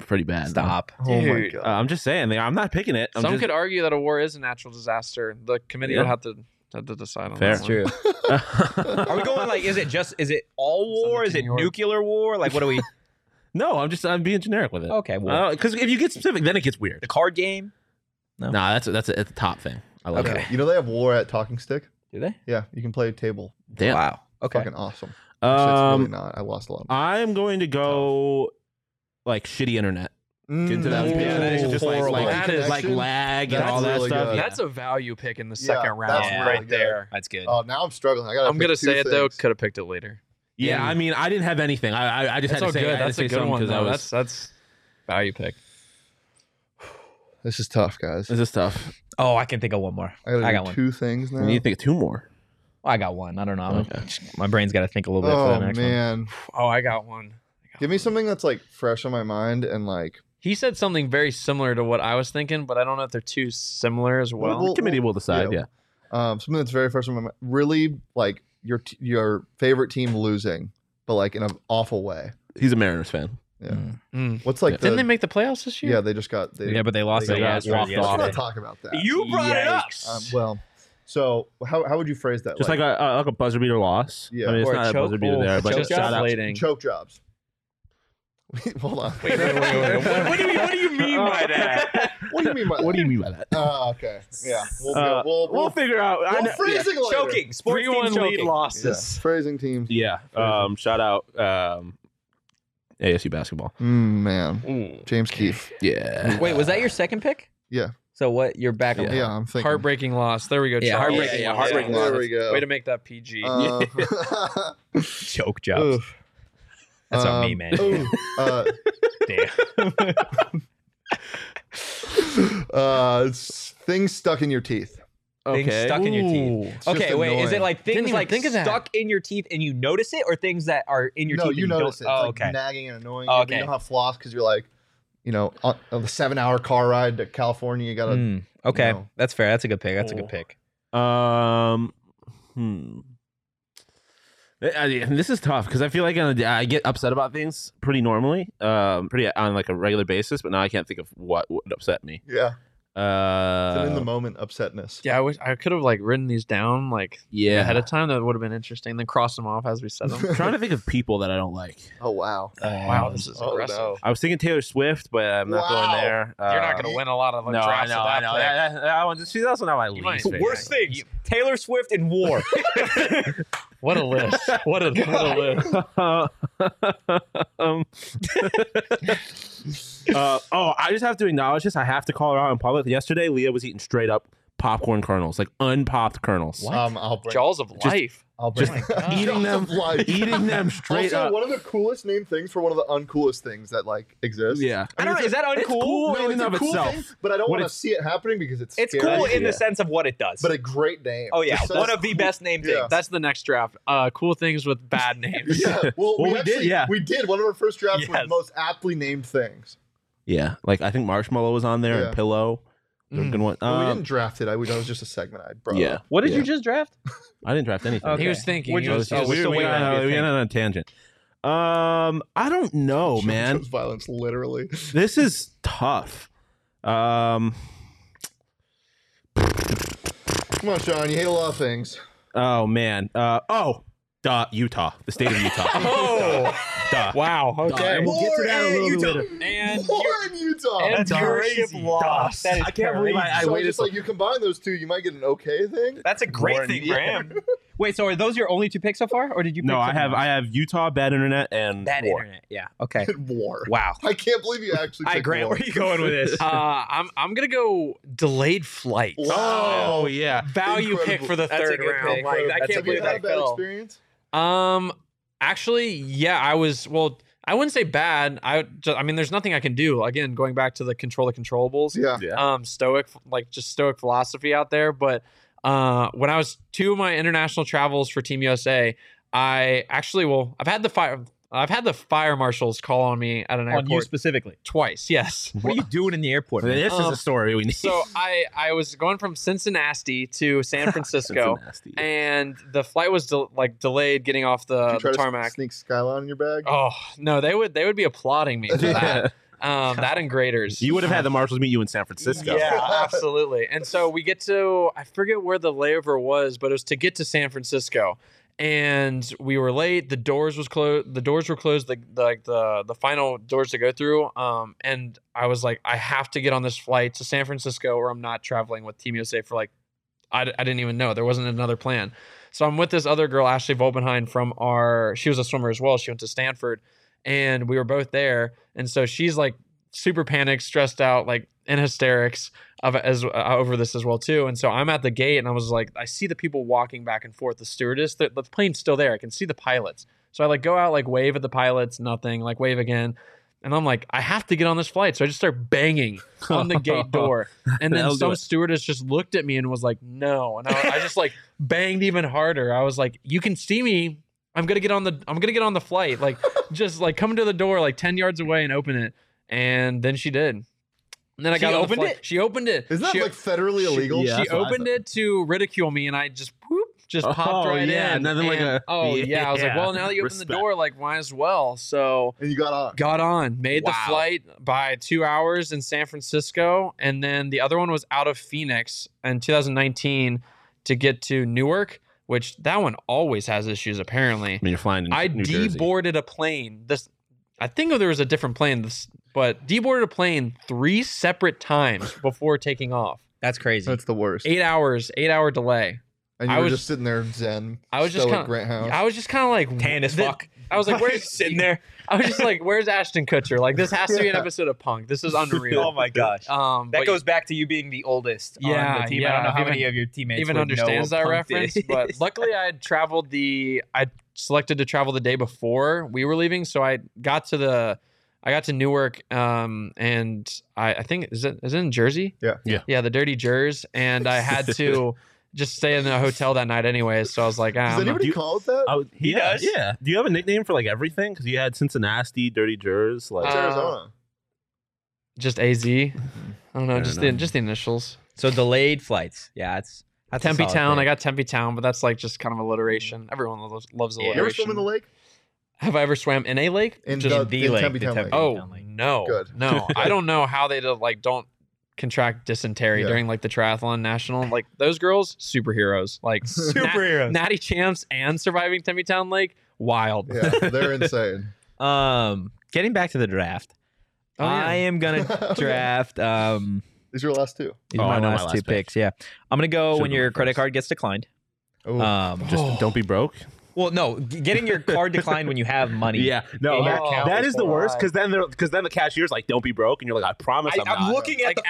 Speaker 4: pretty bad.
Speaker 1: Stop.
Speaker 2: Oh my
Speaker 3: Dude.
Speaker 4: Uh,
Speaker 2: god.
Speaker 4: I'm just saying. like, I'm not picking it. I'm
Speaker 3: Some
Speaker 4: just,
Speaker 3: could argue that a war is a natural disaster. The committee
Speaker 4: Yeah.
Speaker 3: will have to have to decide on
Speaker 4: Fair.
Speaker 3: that.
Speaker 4: That's
Speaker 3: one.
Speaker 1: true. Are we going like? Is it just? Is it all war? Is it
Speaker 3: New York.
Speaker 1: nuclear war? Like, what are we?
Speaker 4: no, I'm just. I'm being generic with it.
Speaker 1: Okay, well,
Speaker 4: Because if you get specific, then it gets weird.
Speaker 1: the card game. no.
Speaker 4: Nah, that's a, that's a, that's a top thing. I like
Speaker 1: Okay.
Speaker 4: it.
Speaker 2: You know they have war at Talking Stick.
Speaker 1: Do they?
Speaker 2: Yeah, you can play table.
Speaker 4: Damn.
Speaker 1: Wow. Okay.
Speaker 2: Fucking awesome.
Speaker 4: Um, uh,
Speaker 2: Shit's really not. I lost a lot. Of-
Speaker 4: I'm going to go like shitty internet. Get into that.
Speaker 2: Mm,
Speaker 4: Yeah, that is
Speaker 2: ooh,
Speaker 4: just like,
Speaker 2: horrible.
Speaker 4: like,
Speaker 3: That is-
Speaker 4: like lag and
Speaker 2: That's
Speaker 4: all that
Speaker 2: really
Speaker 4: stuff.
Speaker 2: good.
Speaker 4: Yeah.
Speaker 3: That's a value pick in the
Speaker 2: Yeah,
Speaker 3: second round
Speaker 2: that's
Speaker 1: really
Speaker 3: right
Speaker 2: good.
Speaker 3: there.
Speaker 1: That's good.
Speaker 2: Oh, now I'm struggling. I gotta.
Speaker 3: I'm gonna
Speaker 2: pick two
Speaker 3: say it though.
Speaker 2: things.
Speaker 3: Could have picked it later.
Speaker 4: yeah, I mean, I didn't have anything. I I, I just
Speaker 3: That's
Speaker 4: had
Speaker 3: all
Speaker 4: to say. I
Speaker 3: good.
Speaker 4: had to
Speaker 3: That's
Speaker 4: say
Speaker 3: a good
Speaker 4: something
Speaker 3: one
Speaker 4: 'cause I
Speaker 3: though. That's
Speaker 4: was-
Speaker 3: that's value pick.
Speaker 2: This is tough, guys.
Speaker 4: This is tough.
Speaker 1: Oh, I can think of one more.
Speaker 2: I gotta
Speaker 1: I
Speaker 2: do
Speaker 1: got one.
Speaker 2: two things now.
Speaker 4: You need to think of two more.
Speaker 1: I got one. I don't know. I'm-
Speaker 4: Okay.
Speaker 1: My brain's got to think a little bit for
Speaker 2: oh
Speaker 1: that next one.
Speaker 2: man,
Speaker 3: Oh, I got one. I got
Speaker 2: give me
Speaker 3: one.
Speaker 2: something that's like fresh on my mind and like
Speaker 3: He said something very similar to what I was thinking, but I don't know if they're too similar as well.
Speaker 2: Well,
Speaker 4: the committee will decide. Yeah.
Speaker 2: um, something that's very fresh on my mind. Really like your t- your favorite team losing, but like in an awful way.
Speaker 4: He's a Mariners fan.
Speaker 2: Yeah.
Speaker 1: Mm.
Speaker 3: Mm.
Speaker 2: What's like?
Speaker 3: Didn't
Speaker 2: the,
Speaker 3: they make the playoffs this year?
Speaker 2: Yeah, they just got. They,
Speaker 1: Yeah, but they lost.
Speaker 4: They
Speaker 1: it
Speaker 4: got
Speaker 1: yesterday.
Speaker 4: walked
Speaker 2: I
Speaker 4: off.
Speaker 2: just
Speaker 1: yesterday.
Speaker 2: want to talk about that.
Speaker 1: You brought it up.
Speaker 2: Um, well, so how, how would you phrase that?
Speaker 4: Just like, a, a like a buzzer beater loss.
Speaker 2: Yeah.
Speaker 4: I mean, it's
Speaker 1: Or a
Speaker 4: not a
Speaker 1: choke
Speaker 4: buzzer beater
Speaker 1: hold.
Speaker 4: there, but
Speaker 1: Choke
Speaker 4: shout out.
Speaker 3: Deflating.
Speaker 2: choke jobs. Wait, hold on.
Speaker 1: what, do you, what do you mean by that?
Speaker 2: what do you mean by?
Speaker 4: What do you mean by that?
Speaker 2: Oh, okay. Yeah, we'll, go,
Speaker 4: Uh,
Speaker 2: we'll, we'll,
Speaker 4: We'll figure out. I
Speaker 2: we'll
Speaker 4: know-
Speaker 2: phrasing later.
Speaker 1: choking. Sports team
Speaker 3: Three-one lead
Speaker 1: choking.
Speaker 2: Yeah.
Speaker 3: losses.
Speaker 2: Phrasing teams.
Speaker 4: Yeah. Um, shout out um, ASU basketball.
Speaker 2: Mm, man, James Keefe.
Speaker 4: Yeah.
Speaker 1: Wait, was that your second pick?
Speaker 2: Yeah.
Speaker 1: So what? Your backup?
Speaker 2: Yeah. I'm thinking.
Speaker 3: Heartbreaking loss. There we go.
Speaker 1: Yeah,
Speaker 3: Charles.
Speaker 1: heartbreaking
Speaker 4: Yeah,
Speaker 1: loss.
Speaker 4: heartbreaking
Speaker 2: There we go.
Speaker 3: Way to make that PG.
Speaker 2: Uh,
Speaker 1: Choke jobs.
Speaker 2: oof.
Speaker 1: That's on me,
Speaker 2: Um,
Speaker 1: man.
Speaker 2: ooh, uh,
Speaker 1: Damn.
Speaker 2: uh, s- things stuck in your teeth.
Speaker 1: Things
Speaker 4: Okay.
Speaker 1: stuck in your teeth.
Speaker 2: It's just
Speaker 1: Okay, wait. Is it
Speaker 2: annoying.
Speaker 1: like
Speaker 3: Didn't
Speaker 1: things
Speaker 3: even
Speaker 1: like
Speaker 3: think of that.
Speaker 1: stuck in your teeth and you notice it, or things that are in your
Speaker 2: no,
Speaker 1: teeth?
Speaker 2: you
Speaker 1: and
Speaker 2: notice it.
Speaker 1: don't,
Speaker 2: It's
Speaker 1: Oh,
Speaker 2: like
Speaker 1: okay.
Speaker 2: nagging and annoying.
Speaker 1: Oh,
Speaker 2: you, but
Speaker 1: okay.
Speaker 2: you don't have floss because you're like, you know, on, on the seven-hour car ride to California, you gotta.
Speaker 1: Mm, okay,
Speaker 2: No.
Speaker 1: that's fair. That's a good pick. That's a
Speaker 3: Oh.
Speaker 1: good pick.
Speaker 4: Um, hmm. I- I- and this is tough because I feel like on a, I get upset about things pretty normally, um, pretty on like a regular basis. But now I can't think of what would upset me.
Speaker 2: Yeah, it's an in the
Speaker 4: Uh,
Speaker 2: moment upsetness.
Speaker 3: yeah, I wish I could have like written these down like
Speaker 4: yeah.
Speaker 3: ahead of time. That would have been interesting. Then cross them off as we said them.
Speaker 4: I'm trying to think of people that I don't like.
Speaker 2: Oh wow.
Speaker 3: wow, this is
Speaker 2: Oh,
Speaker 3: aggressive.
Speaker 2: no.
Speaker 4: I was thinking Taylor Swift, but I'm not
Speaker 2: Wow.
Speaker 4: going there.
Speaker 3: You're
Speaker 4: Uh,
Speaker 3: not gonna win a lot of like,
Speaker 4: no, I
Speaker 3: drafts
Speaker 4: know,
Speaker 3: with
Speaker 4: I
Speaker 3: that
Speaker 4: know.
Speaker 3: pick.
Speaker 4: That, that, that one, see, that's not my
Speaker 3: You
Speaker 4: least
Speaker 3: might-
Speaker 4: favorite.
Speaker 1: Worst things: Taylor Swift and war.
Speaker 3: What a list! What a what a list!
Speaker 4: um, uh, oh, I just have to acknowledge this. I have to call her out in public. Yesterday, Leah was eating straight up popcorn kernels, like unpopped kernels.
Speaker 2: Um, I'll bring.
Speaker 3: Jaws of life.
Speaker 2: I'll bring.
Speaker 4: Just eating them,
Speaker 2: Jaws of life.
Speaker 4: eating them straight
Speaker 2: also,
Speaker 4: up.
Speaker 2: one of the coolest named things for one of the uncoolest things that like exists.
Speaker 4: Yeah,
Speaker 1: I don't know. Is that uncool?
Speaker 4: it's cool in and
Speaker 2: it's a
Speaker 4: of
Speaker 2: cool
Speaker 4: itself.
Speaker 2: thing, but I don't want
Speaker 4: What
Speaker 2: to
Speaker 4: it's-
Speaker 2: see it happening because it's
Speaker 1: It's
Speaker 2: scary.
Speaker 1: cool in
Speaker 4: Yeah.
Speaker 1: the sense of what it does.
Speaker 2: but a great name.
Speaker 1: oh yeah,
Speaker 2: It's such-
Speaker 1: one of the best name things.
Speaker 2: Yeah.
Speaker 3: That's the next draft. Uh, cool things with bad names.
Speaker 2: Yeah. Well,
Speaker 4: Well,
Speaker 2: we,
Speaker 4: we did,
Speaker 2: actually,
Speaker 4: yeah.
Speaker 2: We did. One of our first drafts was
Speaker 3: Yes.
Speaker 2: most aptly named things.
Speaker 4: Yeah, like I think marshmallow was on there
Speaker 2: Yeah.
Speaker 4: and pillow. They're
Speaker 3: Mm.
Speaker 4: Good one.
Speaker 2: Well, we
Speaker 4: Um,
Speaker 2: didn't draft it. I, we, that was just a segment I brought.
Speaker 4: yeah.
Speaker 2: up.
Speaker 1: what did
Speaker 4: Yeah.
Speaker 1: you just draft?
Speaker 4: I didn't draft anything.
Speaker 1: Okay.
Speaker 3: He was thinking.
Speaker 1: Would
Speaker 3: he
Speaker 1: you-
Speaker 3: was,
Speaker 4: Just, uh,
Speaker 3: he was
Speaker 4: we
Speaker 3: still
Speaker 4: went
Speaker 3: waiting on
Speaker 4: on,
Speaker 3: you to
Speaker 4: we
Speaker 3: think.
Speaker 4: went on a tangent. Um, I don't know,
Speaker 2: She
Speaker 4: man.
Speaker 2: chose violence literally.
Speaker 4: this is tough. Um,
Speaker 2: Come on, Sean. You hate a lot of things.
Speaker 4: oh man. Uh, oh, duh, Utah, the state of Utah. oh, duh.
Speaker 3: Wow.
Speaker 4: Duh.
Speaker 3: Okay.
Speaker 4: And we'll get to
Speaker 2: War
Speaker 4: that a
Speaker 2: in
Speaker 4: little bit
Speaker 2: Utah.
Speaker 4: later.
Speaker 3: And
Speaker 2: War in Utah.
Speaker 3: and
Speaker 4: That's
Speaker 3: viewership
Speaker 4: crazy.
Speaker 3: loss. That is
Speaker 4: I can't believe I, I
Speaker 2: so
Speaker 4: waited.
Speaker 2: just
Speaker 4: so-
Speaker 2: like you combine those two, you might get an okay thing.
Speaker 1: That's a great
Speaker 4: Warren,
Speaker 1: thing
Speaker 4: yeah.
Speaker 1: for him. Wait, so are those your only two picks so far, or did you? Pick
Speaker 4: No, I
Speaker 1: someone
Speaker 4: have
Speaker 1: else?
Speaker 4: I have Utah bad internet and
Speaker 1: bad
Speaker 4: war.
Speaker 1: internet. Yeah. Okay.
Speaker 2: War.
Speaker 1: Wow.
Speaker 2: I can't believe you actually.
Speaker 1: I
Speaker 2: picked
Speaker 1: Grant,
Speaker 2: war.
Speaker 1: where are you going with this?
Speaker 3: Uh, I'm I'm gonna go delayed flight. Uh,
Speaker 4: Oh yeah.
Speaker 3: Value pick
Speaker 2: Incredible.
Speaker 3: for the
Speaker 1: That's a
Speaker 3: third
Speaker 1: good
Speaker 3: round.
Speaker 1: pick.
Speaker 3: Like,
Speaker 1: Incredible. That's a
Speaker 3: I can't
Speaker 2: Have you
Speaker 3: believe
Speaker 1: good
Speaker 2: had
Speaker 3: that
Speaker 2: a bad
Speaker 3: fell.
Speaker 2: experience?
Speaker 3: Um, actually, yeah, I was. Well, I wouldn't say bad. I, ju- I mean, there's nothing I can do. Again, going back to the control the controllables.
Speaker 2: Yeah.
Speaker 3: Um, stoic, like just stoic philosophy out there. But uh, when I was two of my international travels for Team USA, I actually, well, I've had the fire, I've had the fire marshals call on me at
Speaker 1: On
Speaker 3: an
Speaker 1: you
Speaker 3: airport
Speaker 1: specifically.
Speaker 3: twice. Yes.
Speaker 1: What are you doing in the airport? man?
Speaker 4: This is
Speaker 3: Um,
Speaker 4: a story we need.
Speaker 3: So I, I was going from Cincinnati to San Francisco.
Speaker 4: Nasty.
Speaker 3: And the flight was del like delayed getting off
Speaker 2: Did
Speaker 3: Uh, the,
Speaker 2: you try
Speaker 3: the
Speaker 2: to
Speaker 3: tarmac.
Speaker 2: sneak Skyline in your bag?
Speaker 3: Oh no, they would they would be applauding me for that. Um, that and graders.
Speaker 4: You would have had the marshals meet you in San Francisco.
Speaker 3: Yeah, absolutely. And so we get to I forget where the layover was, but it was to get to San Francisco. And we were late. The doors was closed. The doors were closed. The, the like the the final doors to go through. Um, and I was like, I have to get on this flight to San Francisco, or I'm not traveling with Team USA for like, I, I didn't even know there wasn't another plan. So I'm with this other girl, Ashley Volbenheim, from our. She was a swimmer as well. She went to Stanford, and we were both there. And so she's like super panicked, stressed out, like in hysterics of as uh, over this as well too. And so I'm at the gate, and I was like, I see the people walking back and forth. The stewardess, the, the plane's still there. I can see the pilots. So I like go out, like wave at the pilots, nothing. Like wave again. And I'm like, I have to get on this flight. So I just start banging on the gate door. And then
Speaker 4: That'll do
Speaker 3: some
Speaker 4: it.
Speaker 3: stewardess just looked at me and was like, no. And I, I just like banged even harder. I was like, you can see me. I'm gonna get on the I'm gonna get on the flight. Like just like come to the door like 10 yards away and open it. And then she did. And then I
Speaker 1: She
Speaker 3: got on the
Speaker 1: opened
Speaker 3: flight.
Speaker 1: it?
Speaker 3: She opened it.
Speaker 2: Isn't that
Speaker 3: she,
Speaker 2: like federally illegal?
Speaker 4: yeah.
Speaker 3: she
Speaker 4: that's what I
Speaker 3: opened it to ridicule me and I just whoop just popped
Speaker 4: Oh,
Speaker 3: right
Speaker 4: yeah,
Speaker 3: in.
Speaker 4: nothing like
Speaker 3: And-
Speaker 4: a-
Speaker 3: Oh yeah. I was like,
Speaker 4: yeah,
Speaker 3: well now that you opened the
Speaker 4: respect.
Speaker 3: door, like might as well. So
Speaker 2: And you got on.
Speaker 3: got on, made
Speaker 4: Wow.
Speaker 3: the flight by two hours in San Francisco, and then the other one was out of Phoenix in 2019 to get to Newark, which that one always has issues apparently.
Speaker 4: I mean, you're flying. In
Speaker 3: I
Speaker 4: New Jersey.
Speaker 3: deboarded a plane. This, I think there was a different plane. This, but deboarded a plane three separate times before taking off.
Speaker 1: That's crazy.
Speaker 2: That's the worst.
Speaker 3: Eight hours, eight hour delay.
Speaker 2: And you
Speaker 3: I
Speaker 2: were
Speaker 3: was-
Speaker 2: just sitting there zen.
Speaker 3: I was just
Speaker 2: stoic
Speaker 3: kinda-
Speaker 2: Grant House.
Speaker 3: I was just kind of like
Speaker 1: Tan as
Speaker 3: the-
Speaker 1: fuck.
Speaker 3: I was like, "Where's
Speaker 1: sitting there?
Speaker 3: I was just like, "Where's Ashton Kutcher? Like, this has to be an
Speaker 2: Yeah.
Speaker 3: episode of Punk. This is
Speaker 1: Oh
Speaker 3: unreal."
Speaker 1: my gosh.
Speaker 3: Um,
Speaker 1: That
Speaker 3: but-
Speaker 1: goes back to you being the oldest on
Speaker 3: Yeah,
Speaker 1: the team. I
Speaker 3: yeah,
Speaker 1: don't know how
Speaker 3: even-
Speaker 1: many of your teammates
Speaker 3: even
Speaker 1: would know
Speaker 3: understands
Speaker 1: what
Speaker 3: that
Speaker 1: punked
Speaker 3: reference.
Speaker 1: is.
Speaker 3: But luckily, I had traveled the I selected to travel the day before we were leaving, so I got to the I got to Newark, um, and I, I think is it is it in Jersey?
Speaker 2: Yeah.
Speaker 4: Yeah.
Speaker 3: yeah, the dirty Jers, and I had to just stay in the hotel that night anyway. So I was like, ah,
Speaker 2: Does
Speaker 3: I'm not-
Speaker 2: anybody
Speaker 4: you-
Speaker 2: call it that?
Speaker 4: I would-
Speaker 1: He
Speaker 4: Oh, yeah,
Speaker 1: does.
Speaker 4: Yeah. Do you have a nickname for like everything? Because you had Cincinnati, Dirty Jers, like
Speaker 2: It's
Speaker 3: Uh,
Speaker 2: Arizona.
Speaker 3: just AZ. I don't know,
Speaker 4: don't
Speaker 3: just the
Speaker 4: know.
Speaker 3: just the initials.
Speaker 1: so delayed flights. Yeah, it's that's a
Speaker 3: Tempe
Speaker 1: solid
Speaker 3: Town.
Speaker 1: pick.
Speaker 3: I got Tempe Town, but that's like just kind of alliteration. Everyone loves, loves
Speaker 1: Yeah.
Speaker 3: alliteration.
Speaker 2: You ever swim in the lake?
Speaker 3: Have I ever swam in a lake?
Speaker 2: In
Speaker 3: Just-
Speaker 2: the,
Speaker 1: the
Speaker 2: in
Speaker 1: lake,
Speaker 2: Tempe
Speaker 1: the
Speaker 2: Town
Speaker 1: Tempe.
Speaker 2: Lake.
Speaker 1: Oh,
Speaker 3: Oh
Speaker 1: down, like-
Speaker 3: no,
Speaker 2: Good.
Speaker 3: no! I don't know how they did, like don't contract dysentery
Speaker 2: Yeah.
Speaker 3: during like the triathlon national. Like those girls, superheroes, like
Speaker 1: superheroes.
Speaker 3: natty champs and surviving Tempe Town Lake, wild.
Speaker 2: Yeah, they're insane.
Speaker 1: um, getting back to the draft,
Speaker 3: Oh, yeah.
Speaker 1: I am gonna draft. Um,
Speaker 2: These are your last two.
Speaker 1: these
Speaker 4: Oh,
Speaker 1: are my
Speaker 4: I know my
Speaker 1: last
Speaker 4: last
Speaker 1: two
Speaker 4: pick.
Speaker 1: picks. Yeah, I'm gonna go
Speaker 4: Should've
Speaker 1: when
Speaker 4: gone
Speaker 1: your credit
Speaker 4: first.
Speaker 1: card gets declined.
Speaker 2: Ooh.
Speaker 4: Uh,
Speaker 1: Um,
Speaker 4: just don't be broke.
Speaker 1: well, no, g- getting your card declined when you have money.
Speaker 4: Yeah, no,
Speaker 3: In your
Speaker 4: that-
Speaker 3: account
Speaker 4: that is the
Speaker 3: before
Speaker 4: worst. Because then, because then the cashier's like, "Don't be broke," and you're like, "I promise, I, am not."
Speaker 1: looking
Speaker 3: Like, groc-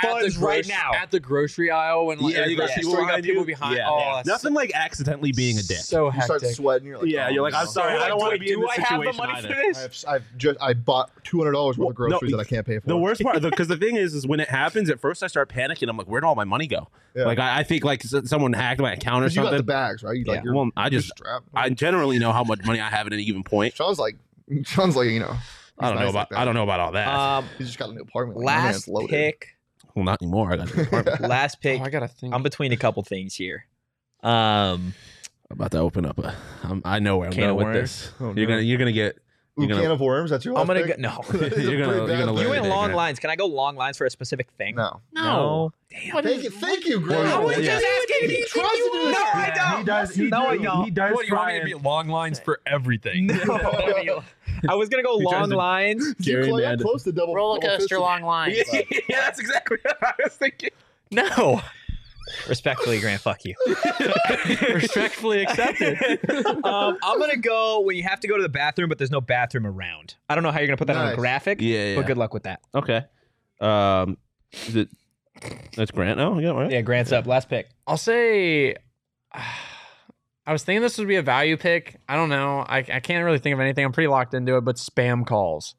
Speaker 3: at the grocery aisle when like
Speaker 4: yeah, you
Speaker 3: everybody-
Speaker 4: got
Speaker 3: people,
Speaker 4: people behind
Speaker 3: people
Speaker 4: you.
Speaker 3: behind.
Speaker 4: Yeah.
Speaker 3: Oh,
Speaker 4: Yeah.
Speaker 3: that's
Speaker 4: nothing like accidentally being a dick.
Speaker 3: So
Speaker 2: You start
Speaker 3: hectic.
Speaker 2: sweating. You're like,
Speaker 4: yeah,
Speaker 2: oh,
Speaker 4: you're like,
Speaker 2: no.
Speaker 4: "I'm sorry, I don't want to be in
Speaker 1: do
Speaker 4: this
Speaker 1: I have
Speaker 4: situation."
Speaker 1: the money
Speaker 4: either."
Speaker 1: for this?
Speaker 2: I've, I've just I bought two hundred dollars worth
Speaker 4: Well,
Speaker 2: of groceries
Speaker 4: no,
Speaker 2: that I can't pay for.
Speaker 4: The worst part, because the thing is, is when it happens, at first I start panicking. I'm like, where'd all my money go?
Speaker 2: Yeah.
Speaker 4: Like, I, I think like s- someone hacked my account or
Speaker 2: 'Cause you got the
Speaker 4: something.
Speaker 2: bags, right? You like,
Speaker 4: Yeah.
Speaker 2: you're,
Speaker 4: Well, I
Speaker 2: you're
Speaker 4: just-
Speaker 2: strapped.
Speaker 4: I generally know how much money I have at any given point.
Speaker 2: Sean's like, Sean's like, you know, he's
Speaker 4: I don't know
Speaker 2: nice
Speaker 4: about
Speaker 2: like that.
Speaker 4: I don't know about all that.
Speaker 1: Um,
Speaker 2: He's just got a new apartment. Like, my man's
Speaker 1: last
Speaker 2: loaded.
Speaker 1: pick.
Speaker 4: well, not anymore. I got an apartment.
Speaker 1: Last pick.
Speaker 3: Oh, I gotta think.
Speaker 1: I'm between a couple things here. Um,
Speaker 4: I'm about to open up a. I'm, I know where I'm
Speaker 1: Can of
Speaker 4: going with
Speaker 1: worms.
Speaker 4: this.
Speaker 2: Oh,
Speaker 4: you're
Speaker 2: no.
Speaker 4: gonna you're gonna get.
Speaker 2: Ooh,
Speaker 4: You're gonna-
Speaker 2: can of worms. That's your. Last
Speaker 1: I'm gonna
Speaker 2: pick?
Speaker 1: go. No,
Speaker 2: That is a
Speaker 4: You're gonna-
Speaker 2: pretty
Speaker 4: you're
Speaker 2: bad
Speaker 4: gonna
Speaker 2: pick.
Speaker 4: learn
Speaker 1: you went
Speaker 4: it.
Speaker 1: long
Speaker 4: Ignorant.
Speaker 1: lines. Can I go long lines for a specific thing?
Speaker 2: No.
Speaker 1: No. Damn.
Speaker 2: Thank you, thank you, Grant.
Speaker 1: I was
Speaker 4: Yeah.
Speaker 1: just asking if you
Speaker 2: tries
Speaker 1: think
Speaker 2: to
Speaker 1: you
Speaker 2: do
Speaker 1: were. No,
Speaker 2: that.
Speaker 1: I don't.
Speaker 4: He does. He,
Speaker 1: no,
Speaker 4: does-
Speaker 1: I don't.
Speaker 4: He does.
Speaker 3: what, you want me to be long lines for everything?
Speaker 1: No. I was gonna go
Speaker 4: He tries
Speaker 1: long
Speaker 4: to-
Speaker 1: lines.
Speaker 2: Gary
Speaker 4: Gary Mad-
Speaker 2: close to double
Speaker 3: Roller
Speaker 2: double
Speaker 3: coaster
Speaker 2: fisted.
Speaker 3: long lines.
Speaker 4: yeah, that's exactly what I was thinking.
Speaker 3: No.
Speaker 1: Respectfully, Grant, fuck you.
Speaker 3: Respectfully accepted.
Speaker 1: um, I'm gonna go when you have to go to the bathroom, but there's no bathroom around. I don't know how you're gonna put that on a
Speaker 2: Nice.
Speaker 1: graphic.
Speaker 4: Yeah, yeah,
Speaker 1: but
Speaker 4: yeah.
Speaker 1: good luck with that.
Speaker 4: Okay. Um, is it, that's Grant now? Yeah, right?
Speaker 1: Yeah, Grant's up. Last pick.
Speaker 3: I'll say I was thinking this would be a value pick. I don't know. I, I can't really think of anything. I'm pretty locked into it, but spam calls.